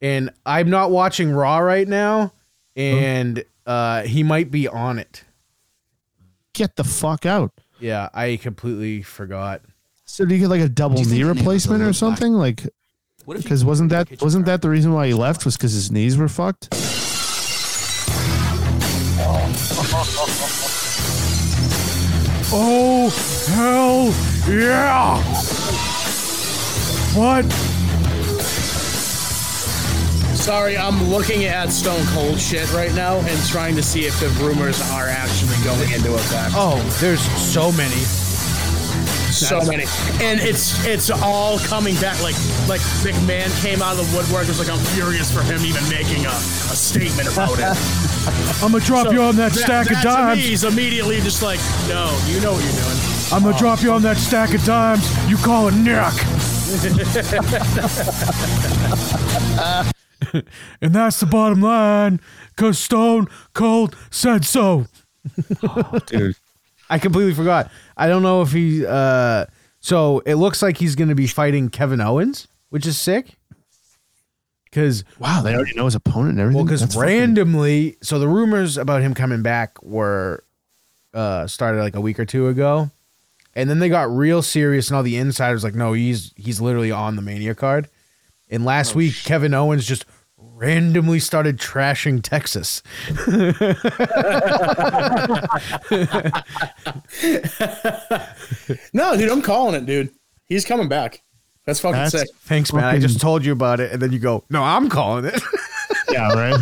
S2: and I'm not watching Raw right now, and uh, he might be on it.
S3: Get the fuck out.
S2: Yeah, I completely forgot.
S3: So do you get like a double
S5: Do you think
S3: knee
S5: the name of the
S3: replacement or
S5: little
S3: something? Like,
S5: What if you
S3: because
S5: cook
S3: wasn't
S5: in the
S3: that
S5: kitchen
S3: wasn't
S5: car?
S3: that the reason why he left? Was because his knees were fucked?
S2: Oh hell yeah! What?
S1: Sorry, I'm looking at Stone Cold shit right now and trying to see if the rumors are actually going into effect.
S2: Oh, there's so many.
S1: so many, and it's it's all coming back. Like like McMahon came out of the woodwork. It was like I'm furious for him even making a, a statement about it.
S2: I'm gonna drop you on that stack
S1: that
S2: of
S1: to
S2: dimes.
S1: me is immediately just like, no, you know what you're doing.
S2: I'm gonna drop you on that stack of dimes. You call it Nick. and that's the bottom line, cause Stone Cold said so.
S3: Dude,
S2: I completely forgot. I don't know if he. Uh, so it looks like he's gonna be fighting Kevin Owens, which is sick. Cause
S3: wow, they already know his opponent and everything.
S2: Well, because
S3: That's
S2: randomly, so the rumors about him coming back were uh, started like a week or two ago, and then they got real serious, and all the insiders like, no, he's he's literally on the Mania card. And last
S3: Oh,
S2: week, Kevin Owens just randomly started trashing Texas.
S1: No, dude, I'm calling it, dude. He's coming back. That's fucking
S3: That's-
S1: sick.
S2: Thanks, man. I
S3: Fucking-
S2: just told you about it, and then you go, no, I'm calling it.
S3: fucking- yeah, right.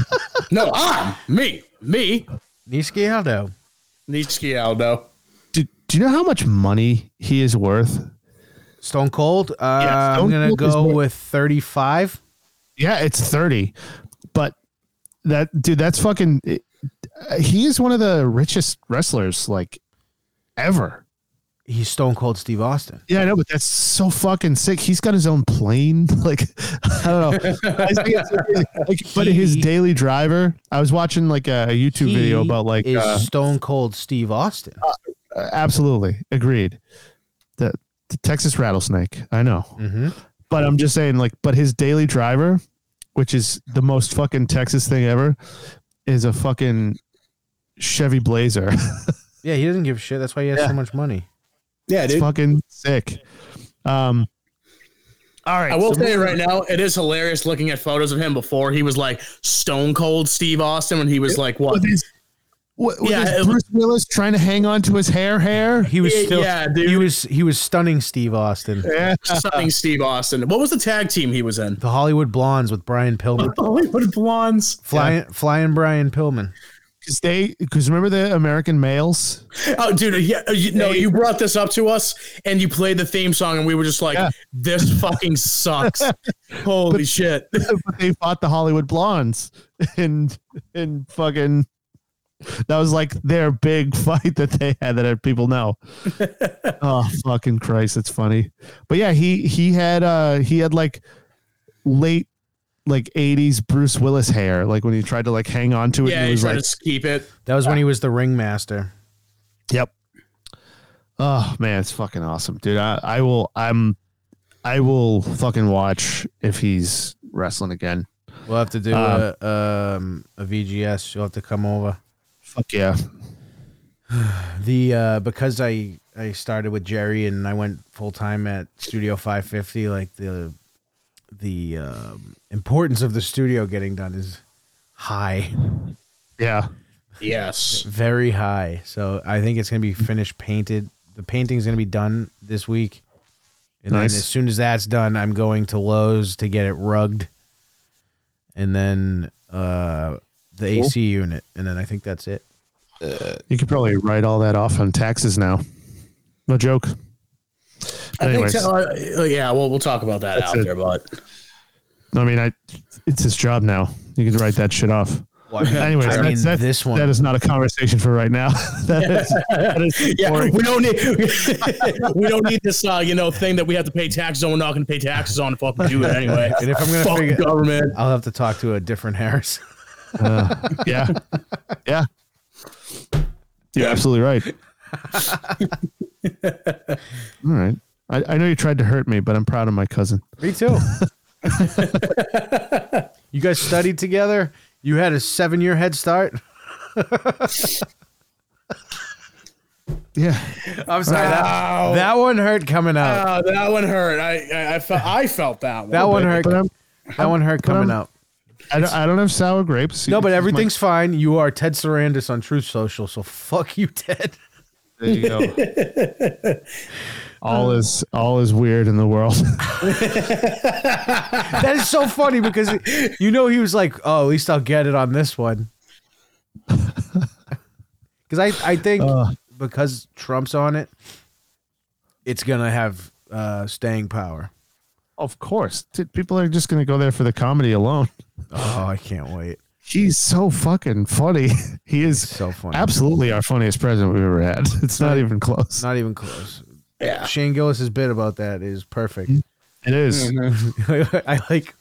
S1: No, I'm me, me,
S2: Niski Aldo.
S1: Nietzsche Aldo.
S3: do, do you know how much money he is worth?
S2: Stone Cold. Uh,
S3: Yeah,
S2: I'm
S3: Stone
S2: gonna
S3: Cold is
S2: go
S3: what-
S2: with 35.
S3: Yeah, it's 30. But that dude, that's fucking it- uh, he is one of the richest wrestlers like ever.
S2: He's Stone Cold Steve Austin.
S3: Yeah, I know, but that's so fucking sick. He's got his own plane. Like, I don't know. I just think it's so crazy. Like, but his
S2: He-
S3: daily driver, I was watching like a YouTube video
S2: He
S3: about like
S2: is
S3: uh,
S2: Stone Cold Steve Austin.
S3: absolutely agreed. The, the Texas rattlesnake. I know.
S2: Mm-hmm.
S3: But I'm just saying, like, but his daily driver, which is the most fucking Texas thing ever, is a fucking Chevy Blazer.
S2: Yeah, he doesn't give a shit. That's why he has so much money.
S1: Yeah,
S3: it's fucking sick. Um, all right.
S1: I will
S3: so
S1: say right now, it is hilarious looking at photos of him before he was like Stone Cold Steve Austin when he was like what?
S3: with his, with with
S1: Yeah,
S3: his
S1: it-
S3: Bruce Willis trying to hang on to his hair, hair.
S2: He was
S1: Yeah,
S2: still
S1: yeah, dude.
S2: he was he was stunning Steve Austin.
S3: Yeah.
S1: Something Steve Austin. What was the tag team he was in?
S2: The Hollywood Blondes with Brian Pillman.
S3: Oh,
S1: Hollywood Blondes.
S2: Flying flying Brian Pillman.
S3: Because they, because remember the American males?
S1: Oh, dude, yeah, uh, you, no, you brought this up to us and you played the theme song, and we were just like,
S3: Yeah.
S1: "This fucking sucks." Holy shit!
S3: but they fought the Hollywood blondes and and fucking that was like their big fight that they had that people know. oh fucking Christ, that's funny. But yeah, he he had uh he had like late like 80s Bruce Willis hair, like when he tried to like hang on to it and
S1: Yeah,
S3: he
S1: you
S3: was
S1: try
S3: like
S1: to keep it.
S2: That was when he was the ringmaster.
S3: Yep. Oh man, it's fucking awesome, dude. I, I will I'm I will fucking watch if he's wrestling again.
S2: We'll have to do a um, a VGS. You'll have to come over.
S3: Fuck yeah.
S2: The uh, because I I started with Jerry and I went full time at Studio 550. Like the the um, importance of the studio getting done is high.
S3: Yeah.
S1: Yes.
S2: very high. So I think it's gonna be finished painted. The painting's gonna be done this week, and
S3: Nice.
S2: then as soon as that's done, I'm going to Lowe's to get it rugged, and then uh, the
S3: Cool.
S2: AC unit, and then I think that's it.
S3: You could probably write all that off on taxes now. No joke.
S1: I think
S3: Anyways,
S1: so. uh, uh, yeah, well, we'll talk about that
S3: That's
S1: after,
S3: it.
S1: but
S3: I mean, I it's his job now. You can write that shit off.
S2: Well, I mean,
S3: Anyways,
S2: I
S3: that's,
S2: mean,
S3: that's-
S2: this one.
S3: That is not a conversation for right now. that is, that is
S1: Yeah,
S3: boring.
S1: we don't need we don't need this uh, you know thing that we have to pay taxes on. We're not going to pay taxes on if I can do it anyway.
S2: And if I'm gonna
S1: Fuck
S2: figure-
S1: government,
S2: I'll have to talk to a different Harris.
S3: Yeah. Yeah. You're absolutely right. All right. I, I know you tried to hurt me, but I'm proud of my cousin.
S2: Me too. you guys studied together. You had a seven-year head start.
S3: Yeah.
S2: I'm sorry. That, that one hurt coming out.
S1: uh, that one hurt. I I, I, fe- I felt that one.
S2: That one
S1: but-
S2: hurt.
S3: But I'm,
S2: That one hurt coming
S3: I'm-
S2: out.
S3: I, don't, I don't have sour grapes.
S2: No, but
S3: My-
S2: everything's fine. You are Ted Sarandis on Truth Social, so fuck you, Ted.
S3: There you go. all is all is weird in the world.
S2: That is so funny because you know he was like, "Oh, at least I'll get it on this one." Because I, I think because Trump's on it, it's gonna have uh, staying power.
S3: of course, T- people are just going to go there for the comedy alone.
S2: Oh, I can't wait.
S3: He's so fucking funny. He is
S2: So funny.
S3: absolutely our funniest president we've ever had. It's not even close.
S2: Not even close.
S1: Yeah.
S2: Shane Gillis's bit about that is perfect.
S3: It is.
S2: I like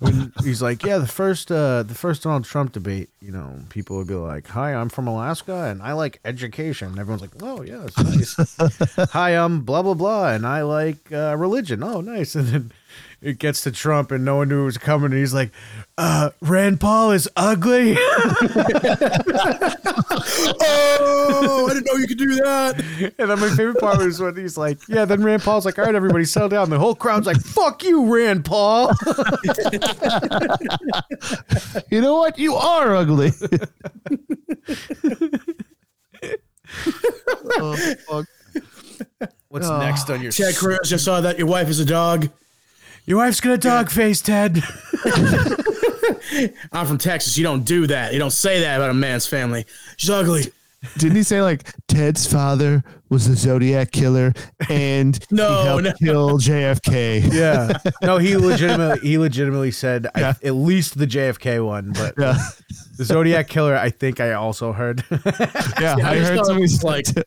S2: when he's like, yeah, the first uh, the first Donald Trump debate, you know, people would be like, hi, I'm from Alaska and I like education. And everyone's like, oh, yeah, that's nice. hi, I'm blah, blah, blah. And I like uh, religion. Oh, nice. And then it gets to Trump and no one knew it was coming. And he's like, uh, Rand Paul is ugly.
S1: Oh, I didn't know you could do that.
S2: and then my favorite part was when he's like, yeah, then Rand Paul's like, all right, everybody, settle down. The whole crowd's like, fuck you, Rand Paul.
S3: You know what? You are ugly. oh, fuck.
S2: What's next on your
S1: Ted Cruz, I saw that your wife is a dog.
S2: Your wife's gonna dog face Ted.
S1: I'm from Texas. You don't do that. You don't say that about a man's family. She's ugly.
S3: Didn't he say like Ted's father was the Zodiac killer and
S1: No,
S3: he helped
S1: no.
S3: kill JFK?
S2: Yeah. No, he legitimately he legitimately said I- at least the JFK one, but
S3: Yeah,
S2: the Zodiac killer. I think I also heard.
S3: yeah. I,
S1: just
S3: heard
S1: thought it
S3: somebody
S1: was
S3: say
S1: like-
S3: too.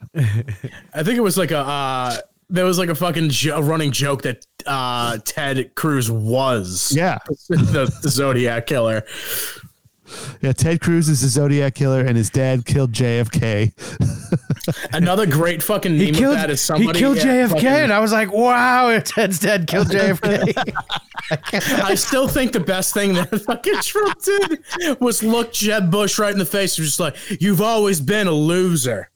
S1: I think it was like a uh, there was like a fucking jo- running joke that uh, Ted Cruz was
S3: yeah,
S1: the, the Zodiac killer.
S3: yeah. Ted Cruz is the Zodiac killer, and his dad killed JFK.
S1: Another great fucking meme
S2: He killed,
S1: of that is
S2: he
S1: somebody
S2: killed
S1: yeah,
S2: JFK,
S1: fucking-
S2: and I was like, "Wow, Ted's dead. Killed JFK."
S1: I still think the best thing that fucking Trump did was look Jeb Bush right in the face and just like, "You've always been a loser.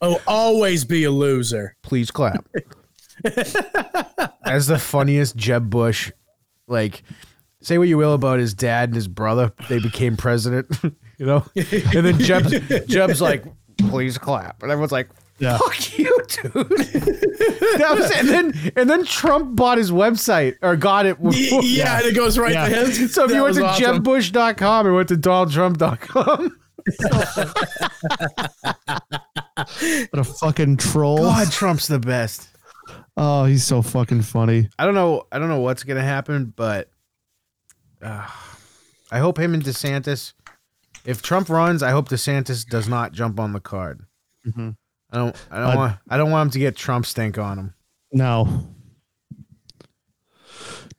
S1: oh, always be a loser."
S2: Please clap. As the funniest Jeb Bush, like, say what you will about his dad and his brother, they became president. You know, and then Jeb's, Jeb's like, "Please clap," and everyone's like,
S3: Yeah.
S2: Fuck you, dude. that was, and then and then Trump bought his website or got it.
S1: Yeah,
S2: Before.
S1: and it goes right
S3: Yeah.
S1: to him.
S2: So if
S1: That
S2: you went
S1: was
S2: to
S1: awesome.
S2: jebbush.com and went to donaldtrump.com.
S3: What a fucking troll!
S2: God, Trump's the best.
S3: Oh, he's so fucking funny.
S2: I don't know. I don't know what's gonna happen, but uh, I hope him and DeSantis. If Trump runs, I hope DeSantis does not jump on the card.
S3: Mhm.
S2: I don't. I don't
S3: But-
S2: want. I don't want him to get Trump stink on him.
S3: No.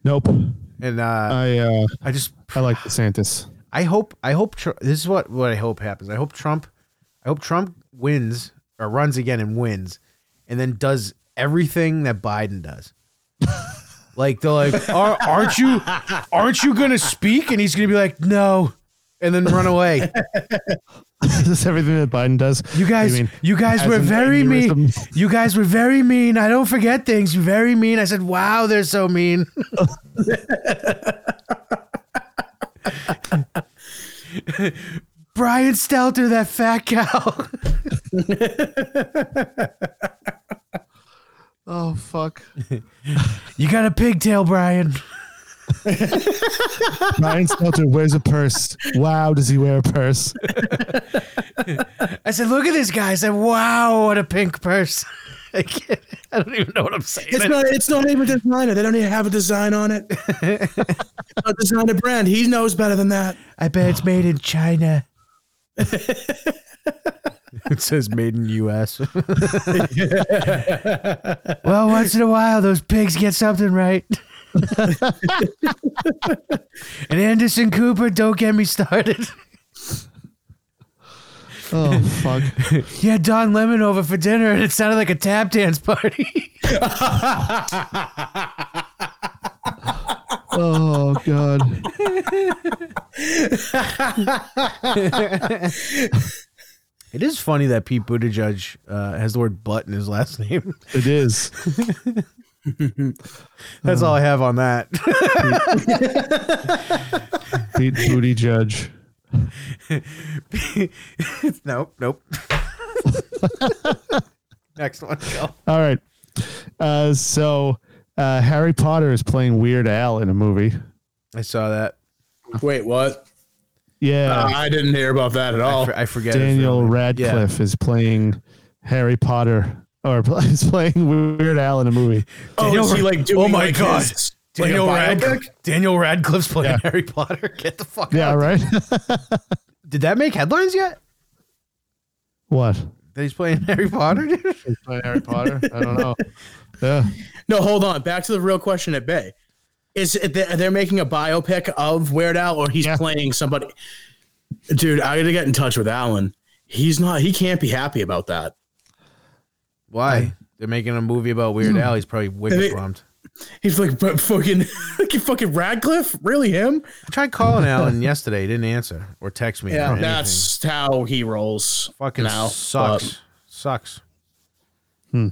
S3: Nope.
S2: And uh,
S3: I uh,
S2: I just
S3: I like DeSantis.
S2: I hope I hope Tr- this is what what I hope happens. I hope Trump I hope Trump wins or runs again and wins and then does everything that Biden does. like they're like Are, aren't you aren't you going to speak and he's going to be like no and then run away.
S3: Is this everything that Biden does?
S2: You guys,
S3: I
S2: you,
S3: mean,
S2: guys
S3: as
S2: were
S3: an
S2: very mean.
S3: aneurysm.
S2: You guys were very mean. I don't forget things. You're very mean. I said, "Wow, they're so mean." Brian Stelter, that fat cow.
S3: Oh fuck.
S2: you got a pigtail, Brian.
S3: Ryan Stelter wears a purse. Wow, does he wear a purse?
S2: I said, "Look at this guy." I said, "Wow, what a pink purse." I, can't, I don't even know what I'm saying.
S1: It's not. It's not even designer. They don't even have a design on it. it's not designer brand. He knows better than that.
S2: I bet it's made in China. it says made in US. well, once in a while, those pigs get something right. and Anderson Cooper, don't get me started.
S3: Oh fuck!
S2: He had Don Lemon over for dinner, and it sounded like a tap dance party.
S3: Oh god!
S2: it is funny that Pete Buttigieg uh, has the word butt in his last name.
S3: It is.
S2: That's all I have on that.
S3: Pete Booty Judge.
S2: nope, nope. Next one, go.
S3: All right. Uh, so uh, Harry Potter is playing Weird Al in a movie.
S2: I saw that.
S1: Wait, what?
S2: Ah.
S1: Uh,
S3: Yeah.
S1: I didn't hear about that at
S2: Uh, I
S1: all.
S2: for- I forget. his real
S3: Daniel
S2: name.
S3: Radcliffe is playing Harry Potter or is playing Weird Al in a movie.
S1: Oh, is he like doing
S2: Oh my
S1: like
S2: God.
S1: his-
S2: Yeah.
S1: like a
S2: Daniel,
S1: biopic?
S2: Radcliffe, Daniel Radcliffe's playing
S3: Yeah.
S2: Harry Potter. Get the fuck
S3: Yeah,
S2: out.
S3: right?
S2: Did that make headlines yet?
S3: what?
S2: That he's playing Harry Potter? dude?
S3: Playing Harry Potter? I don't know. Yeah.
S1: No, hold on. Back to the real question at bay. Is it that they're making a biopic of Weird Al, or he's
S3: Yeah.
S1: playing somebody? Dude, I gotta get in touch with Alan. He's not. He can't be happy about that.
S2: Why? They're making a movie about Weird Al. He's probably wicked
S1: They-
S2: pumped.
S1: He's like, but fucking, like fucking Radcliffe, really him?
S2: I tried calling Alan yesterday. He didn't answer or text me. or
S1: Yeah,
S2: anything.
S1: that's how he rolls.
S2: fucking
S1: now,
S2: sucks.
S1: but-
S2: Sucks. Hmm.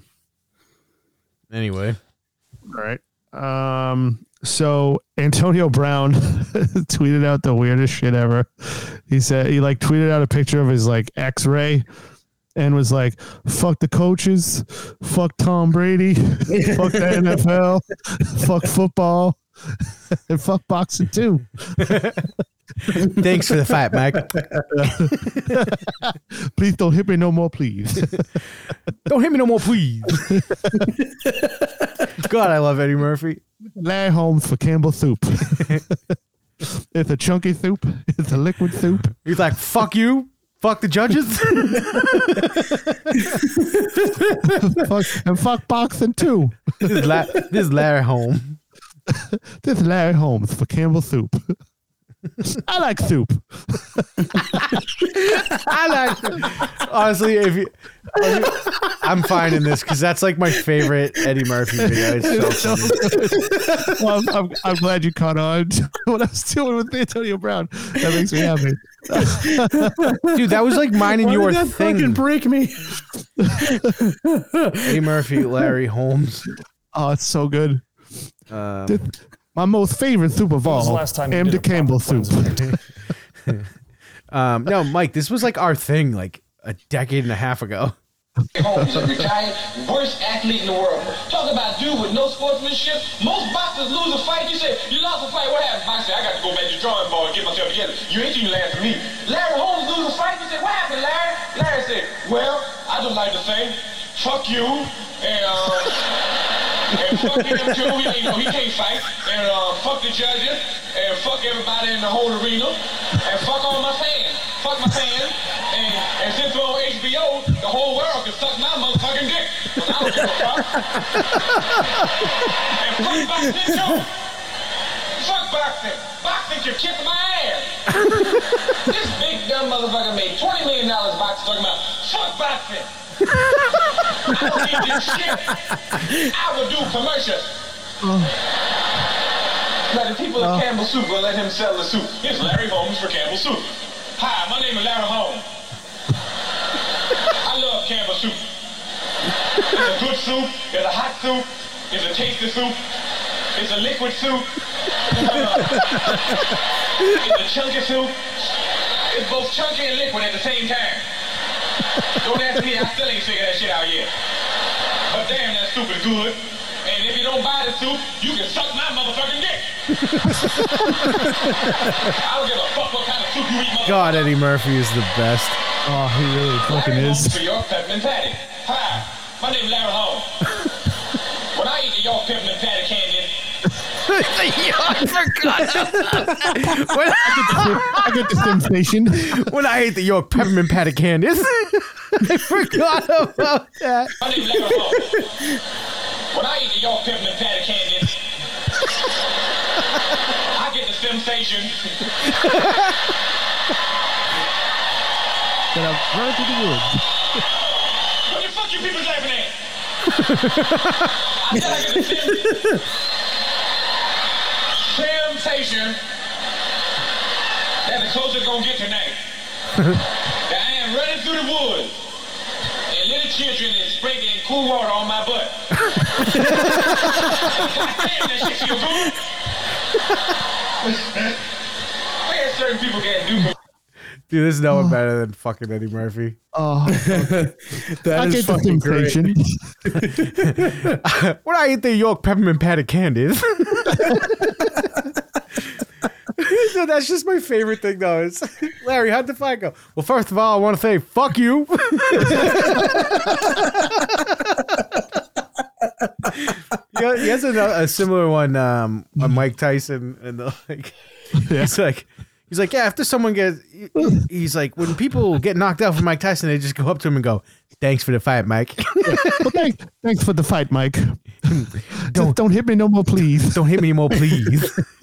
S2: Anyway,
S3: All right. Um, so Antonio Brown tweeted out the weirdest shit ever. He said he like tweeted out a picture of his like X-ray and was like, "Fuck the coaches, fuck Tom Brady, fuck the NFL, fuck football, and fuck boxing too."
S2: thanks for the fight, Mike.
S3: Please don't hit me no more, please.
S2: Don't hit me no more, please. God, I love Eddie Murphy.
S3: Lay home for Campbell soup. it's a chunky soup. It's a liquid soup.
S2: He's like, fuck you. Fuck the judges.
S3: Fuck, and fuck boxing too.
S2: this, is La- this is Larry Home.
S3: This is Larry Holmes for Campbell Soup. I like soup.
S2: I like honestly if you I'm finding this because that's like my favorite Eddie Murphy video. It's so funny.
S3: Well, I'm, I'm, I'm glad you caught on to what I was doing with Antonio Brown. That makes me happy.
S2: Dude, that was like mine and
S1: Why
S2: your
S1: did that fucking
S2: thing.
S1: break me?
S2: Eddie Murphy, Larry Holmes.
S3: Oh, it's so good.
S2: Um,
S3: My most favorite soup of all,
S5: the last time you
S3: Am
S5: did
S3: de
S5: a proper
S3: Campbell soup.
S2: um, no, Mike, this was like our thing like a decade and a half ago.
S6: Holmes, a retired worst athlete in the world. Talk about dude with no sportsmanship. Most boxers lose a fight. You say, you lost a fight, what happened? Boxer, I got to go back to the drawing board and get myself together. You ain't even laughing at me. Larry Holmes lose a fight. You say, what happened, Larry? Larry said, well, I just like to say, fuck you. And, uh, and fuck him too. He, you know, he can't fight. And uh, fuck the judges. And fuck everybody in the whole arena. And fuck all my fans. Fuck my fans. And, and since we're on HBO, the whole world can suck my motherfucking dick. 'Cause I don't give a fuck. and fuck boxing too. Fuck boxing. Boxing can kick my ass. this big dumb motherfucker made $20 million boxing talking about fuck boxing. I don't need this shit. I will do commercials. Now the people of Campbell Soup will let him sell the soup. It's Larry Holmes for Campbell Soup. Hi, my name is Larry Holmes. I love Campbell Soup. It's a good soup. It's a hot soup. It's a tasty soup. It's a liquid soup. it's a chunky soup. It's both chunky and liquid at the same time. Don't ask me, I still ain't figured that shit out yet. But Oh, damn, that soup is good. And if you don't buy the soup, you can suck my motherfucking dick. I don't give a fuck what kind of soup you eat, motherfucker.
S2: God, Eddie Murphy is the best.
S3: Oh, he really fucking
S6: Larry
S3: is.
S6: Holmes For your peppermint patty. Hi, My name's Larry Hall. when I eat the York peppermint patty candy,
S2: when,
S3: I get this inflation.
S2: when I ate the York peppermint patty candies, I forgot about that.
S6: my name's Larry Hall. when I eat the York peppermint patty candy, I get the sensation.
S3: Then I run through the woods.
S6: What the fuck you people laughing at? I said I get the sen- sensation. That's the closest gonna get tonight. that I am running through the woods. And little children is sprinkling cool water on my butt. Damn, that shit feel good. I guess certain people can't do it.
S2: Dude, there's no
S1: Oh.
S2: one better than fucking Eddie Murphy.
S1: That
S3: I get
S1: is
S3: this
S1: fucking great.
S3: inflation.
S2: When I eat the York peppermint patty candies. so that's just my favorite thing, though. Is Larry, how'd the fight go? Well, first of all, I want to say, fuck you. Yeah, he has a, a similar one um, on Mike Tyson, and the, like he's like, he's like, yeah. After someone gets, he- he's like, when people get knocked out from Mike Tyson, they just go up to him and go, "Thanks for the fight, Mike."
S3: Well, thanks, thanks for the fight, Mike. Don't, don't hit me no more, please.
S2: Don't hit me anymore, please.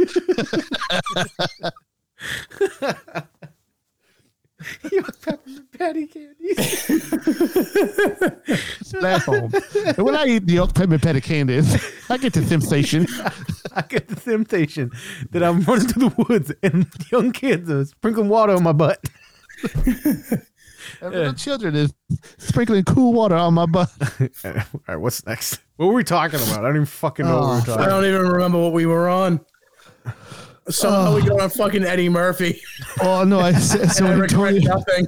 S2: you want peppermint patty candies?
S3: Slap home. And when I eat the York peppermint patty candies, I get the sensation.
S2: I get the temptation that I'm running through the woods and young kids are sprinkling water on my butt.
S3: And little children is sprinkling cool water on my butt.
S2: All right, what's next? What were we talking about? I don't even fucking know what we were talking
S1: I
S2: about.
S1: don't even remember what we were on. Somehow we got on fucking Eddie Murphy.
S3: Oh no! I, so,
S1: I regret
S3: Antonio,
S1: nothing.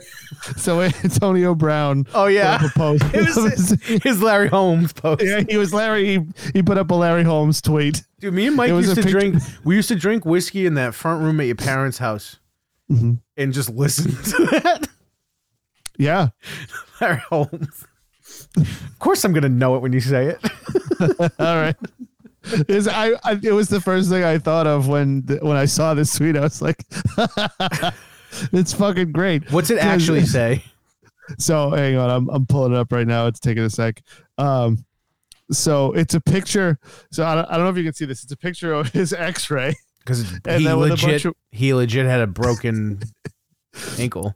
S3: so Antonio Brown.
S2: Oh, yeah.
S3: put up a post.
S2: It was his Larry Holmes post.
S3: yeah, he was Larry. He, he put up a Larry Holmes tweet.
S2: Dude, me and Mike
S3: It was
S2: used to
S3: a picture-
S2: drink. We used to drink whiskey in that front room at your parents' house, and just listen to that.
S3: Yeah,
S2: Larry Holmes. Of course, I'm gonna know it when you say it.
S3: all right. It was, I, I, it was the first thing I thought of when th- when I saw this tweet. I was like, "It's fucking great."
S2: What's it actually say?
S3: So hang on, I'm I'm pulling it up right now. It's taking a sec. Um, so it's a picture. So I don't, I don't know if you can see this. It's a picture of his X-ray.
S2: Because
S3: And
S2: he
S3: then with a
S2: legit,
S3: bunch of-
S2: he legit had a broken ankle.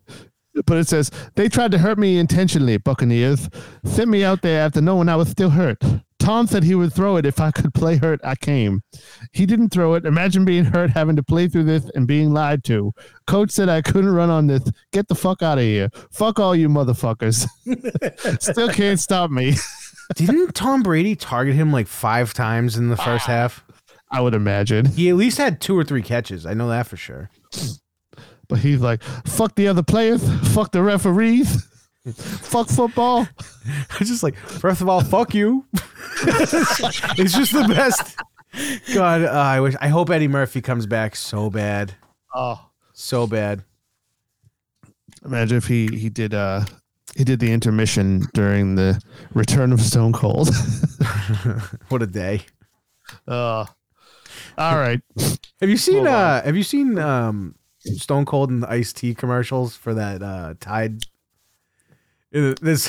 S3: but it says they tried to hurt me intentionally buccaneers sent me out there after knowing i was still hurt tom said he would throw it if i could play hurt i came he didn't throw it imagine being hurt having to play through this and being lied to coach said i couldn't run on this get the fuck out of here fuck all you motherfuckers still can't stop me
S2: Didn't Tom Brady target him like five times in the first half?
S3: i would imagine
S2: He at least had two or three catches. I know that for sure.
S3: but he's like fuck the other players fuck the referees fuck football
S2: It's just like, first of all, fuck you. it's just the best. God, uh, I wish. I hope Eddie Murphy comes back so bad,
S3: oh
S2: so bad.
S3: Imagine if he he did uh he did the intermission during the return of Stone Cold.
S2: What a day.
S3: uh, all right.
S2: Have you seen?
S3: Well, uh,
S2: Uh, have you seen um, Stone Cold and Ice Tea commercials for that uh, Tide? Uh, This,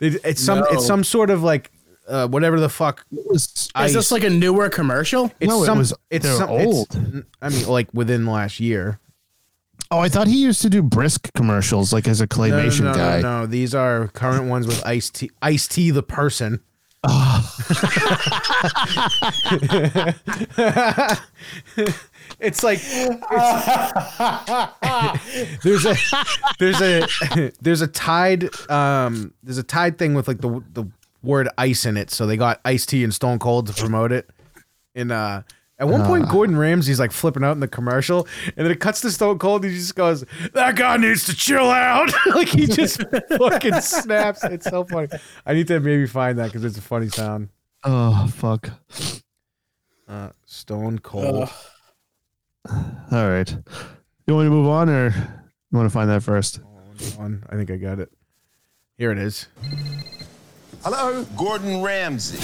S2: it- it's some,
S1: No.
S2: it's some sort of like uh, whatever the fuck.
S1: Is this like a newer commercial?
S2: It's
S3: No, it
S2: some,
S3: was-
S2: It's
S3: they're
S2: some, it's-
S3: old.
S2: n- I mean, like within last year.
S3: oh, I thought he used to do brisk commercials like as a
S2: No, no,
S3: claymation
S2: no,
S3: guy.
S2: no, no, These are current ones with Ice Tea. Ice Tea, the person. it's like it's- there's a there's a there's a tide um there's a tide thing with like the the word ice in it so they got iced tea and stone cold to promote it and uh at one point gordon ramsay's like flipping out in the commercial and then it cuts to stone cold and he just goes that guy needs to chill out like he just fucking snaps it's so funny i need to maybe find that because it's a funny sound
S3: Oh fuck.
S2: uh stone cold
S3: All right. You want me to move on or you want to find that first?
S2: Hold on, I think I got it. Here it is.
S5: Hello?
S6: Gordon Ramsay.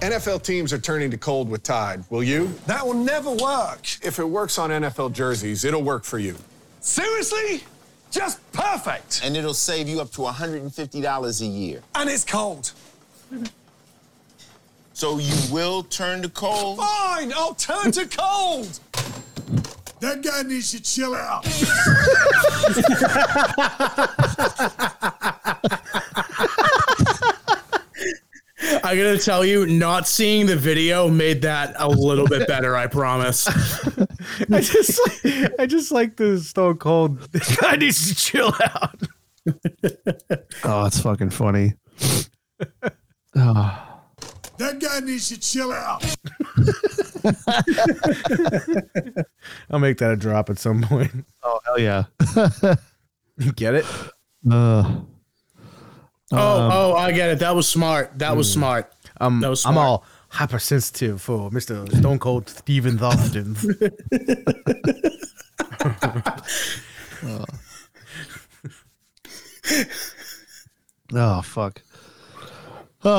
S5: NFL teams are turning to cold with Tide. Will you? That will never work. If it works on NFL jerseys, it'll work for you. Seriously? Just perfect.
S7: and it'll save you up to $150 a year.
S5: And it's cold.
S7: So you will turn to coal?
S5: Fine, I'll turn to cold.
S8: That guy needs to chill out.
S1: I'm gonna tell you, not seeing the video made that a little bit better. I promise.
S2: I just, I just like the Stone Cold. I need to chill out.
S3: Oh, it's fucking funny.
S8: That guy needs to chill out.
S2: I'll make that a drop at some point.
S3: Oh hell yeah.
S2: You get it?
S3: Uh,
S1: oh, oh, I get it. That was smart. That was smart.
S2: Um,
S1: That was
S2: I'm
S1: smart.
S2: all hypersensitive for Mr. Stone Cold Stephen Austin.
S3: oh fuck. Oh,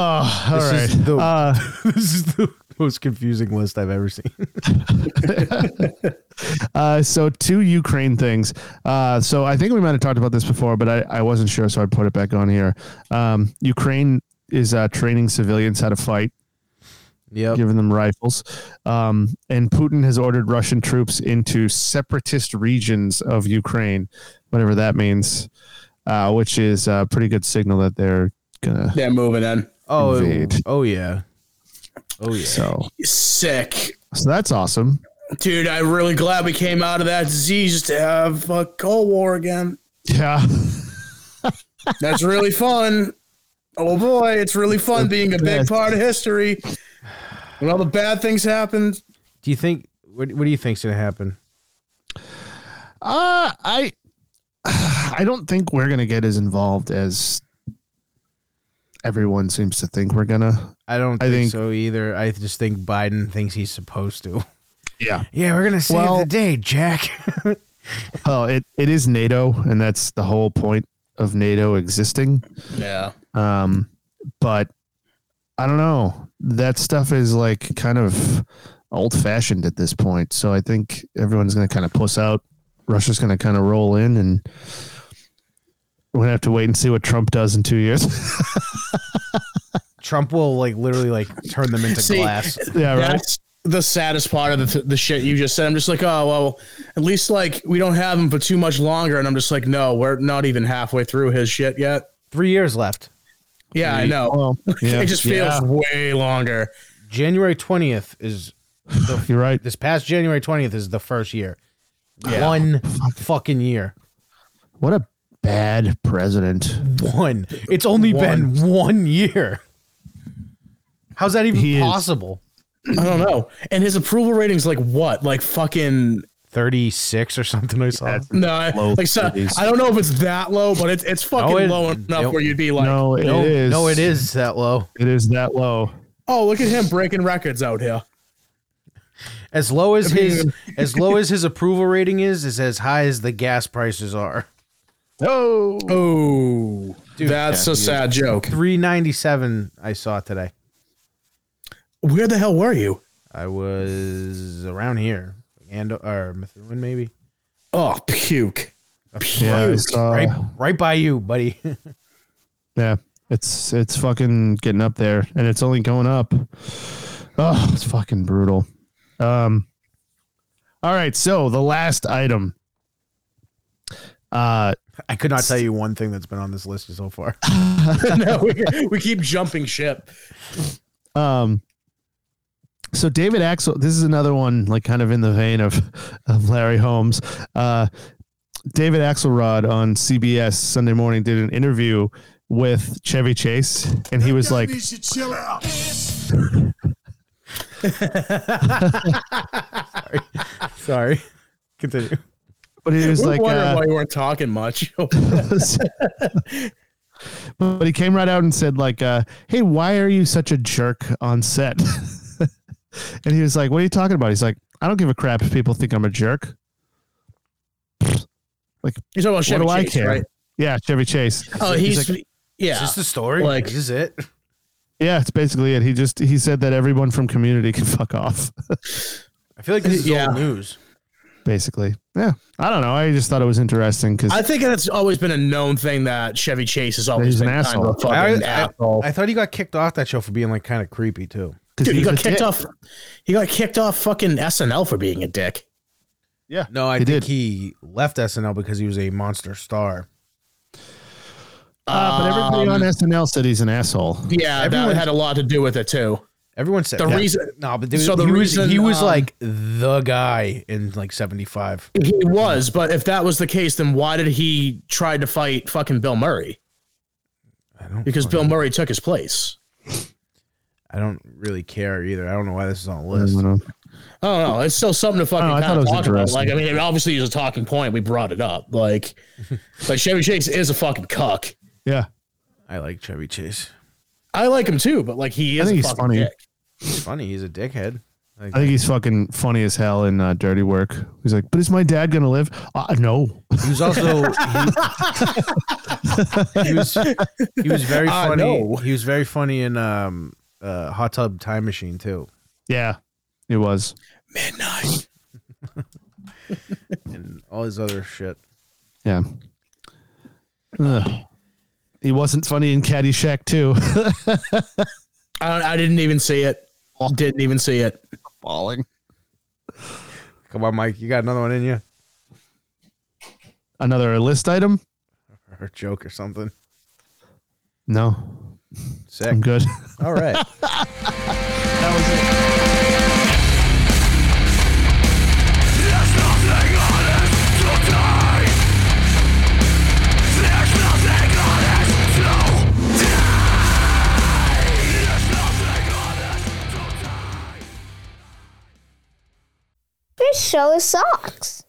S3: all
S2: This
S3: right.
S2: is the-
S3: Uh,
S2: this is the most confusing list I've ever seen.
S3: Uh, so two Ukraine things. Uh, so I think we might have talked about this before, but I, I wasn't sure, so I put it back on here. Um, Ukraine is uh, training civilians how to fight,
S2: Yep.
S3: giving them rifles, um, and Putin has ordered Russian troops into separatist regions of Ukraine, whatever that means, uh, which is a pretty good signal that they're gonna.
S1: They're moving in.
S2: Oh,
S3: Invade.
S2: oh yeah. Oh yeah.
S3: So,
S1: Sick,
S3: so that's awesome.
S1: dude. I'm really glad we came out of that disease to have a Cold War again.
S3: Yeah.
S1: That's really fun. Oh boy, it's really fun being a big part of history. When all the bad things happen,
S2: Do you think what what do you think's gonna happen?
S3: Uh, I I don't think we're gonna get as involved as everyone seems to think we're gonna.
S2: I don't
S3: I
S2: think,
S3: think-
S2: so either. I just think Biden thinks he's supposed to.
S3: Yeah.
S2: Yeah, we're gonna save
S3: Well-
S2: the day, Jack.
S3: Well, Oh, it, it is NATO, and that's the whole point of NATO existing.
S1: yeah,
S3: Um, but I don't know. That stuff is like kind of old fashioned at this point. So I think everyone's gonna kind of puss out. Russia's gonna kind of roll in, and we're gonna have to wait and see what Trump does in two years.
S2: Trump will like literally like turn them into
S1: See,
S2: glass.
S3: yeah, right.
S1: that's the saddest part of the, the shit you just said. I'm just like, oh well, at least like we don't have him for too much longer. And I'm just like, no, we're not even halfway through his shit yet.
S2: Three years left.
S1: Yeah, I know.
S3: Well, yeah.
S1: it just
S3: Yeah.
S1: feels way longer.
S2: January twentieth is
S3: You're right.
S2: this past January twentieth is the first year. One fucking year.
S3: What a bad president.
S2: One. It's only been one year. How's that even
S3: He is-
S2: possible?
S1: I don't know. And his approval rating's like what? Like fucking
S2: Thirty six or something. I saw.
S1: no, I-
S3: Low
S1: like so,
S3: 30s.
S1: I don't know if it's that low, but it's it's fucking
S2: No, it-
S1: low enough
S2: no.
S1: where you'd be like,
S3: No, it is.
S2: no, Oh, no, it is that low.
S3: It is that low.
S1: oh, look at him breaking records out here.
S2: As low as
S1: I mean-
S2: his as low as his approval rating is, is as high as the gas prices are.
S3: Oh,
S1: Oh, that's a sad joke.
S2: Three ninety seven I saw today.
S1: Where the hell were you?
S2: I was around here. And or Methuen maybe.
S1: Oh, puke.
S3: yeah,
S1: Puke.
S3: it's, uh,
S2: right right by you, buddy.
S3: yeah. It's it's fucking getting up there, and it's only going up. Oh, it's fucking brutal. Um. All right, so the last item. Uh,
S2: I could not tell you one thing that's been on this list so far.
S1: no, we, we keep jumping ship.
S3: Um, so David Axel, this is another one, like kind of in the vein of, of Larry Holmes. Uh, David Axelrod on CBS Sunday morning did an interview with Chevy Chase, and he was
S8: Guy
S3: like,
S8: needs to chill out.
S2: Sorry. Continue.
S3: but he was
S1: We're
S3: like,
S1: wondering
S3: uh,
S1: why you weren't talking much.
S3: but he came right out and said like, uh, "Hey, why are you such a jerk on set?" and he was like, "What are you talking about?" He's like, "I don't give a crap if people think I'm a jerk."
S1: You're talking about
S3: What do
S1: Chevy
S3: I
S1: Chase,
S3: care?
S1: right?
S3: Yeah, Chevy Chase.
S1: Oh, he's,
S3: like-
S1: yeah.
S2: Is this the story?
S1: Like-
S2: is this it?
S3: yeah, it's basically it. He just he said that everyone from Community can fuck off.
S2: I feel like this is
S1: Yeah.
S2: old news.
S3: basically, yeah. I don't know. I just thought it was interesting because
S1: I think that's always been a known thing that Chevy Chase has always
S3: He's an
S1: been kind of a
S3: asshole.
S1: fucking
S2: I, I-
S1: asshole.
S2: I thought he got kicked off that show for being like kind of creepy too.
S1: Dude, he got kicked off. He got kicked off fucking SNL for being a dick.
S3: Yeah,
S2: No, I
S3: He
S2: think
S3: did.
S2: he left SNL because he was a monster star.
S3: Uh, but everybody on SNL said he's an asshole.
S1: Um, Yeah,
S2: Everyone-
S1: that had a lot to do with it too.
S2: Everyone said
S1: The
S2: that.
S1: reason-
S2: No, but dude,
S1: so the
S2: he
S1: reason,
S2: was, he was
S1: um,
S2: like the guy in like '75.
S1: He was, but if that was the case, then why did he try to fight fucking Bill Murray?
S2: I don't
S1: Because Bill Murray took his place.
S2: I don't really care either. I don't know why this is on the
S3: I
S2: list.
S3: don't know.
S1: Oh no, it's still something to fucking
S3: Oh, I
S1: kind
S3: thought it
S1: of
S3: was
S1: talk about.
S3: interesting.
S1: Like, I mean, obviously, it's a talking point. We brought it up. Like, but Chevy Chase is a fucking cuck.
S3: Yeah,
S2: I like Chevy Chase.
S1: I like him too, but like, he
S3: I
S1: is.
S3: think
S1: a
S3: he's
S1: fucking
S3: funny.
S1: dick.
S2: It's funny. He's a dickhead. Like,
S3: I think he's fucking funny as hell in uh, Dirty Work. He's like, but is my dad gonna live? Uh, no.
S2: he was also he, he was he was very
S1: I
S2: funny.
S1: know.
S2: He was very funny in um uh Hot Tub Time Machine too.
S3: yeah, it was.
S1: Midnight.
S2: and all his other shit.
S3: Yeah. Ugh. He wasn't funny in Caddyshack too.
S1: I, don't- I didn't even see it. Didn't even see it.
S3: Falling.
S2: Come on, Mike, you got another one in you
S3: Another list item?
S2: or a joke or something.
S3: No,
S2: Sick.
S3: I'm good.
S2: All right.
S9: This show sucks.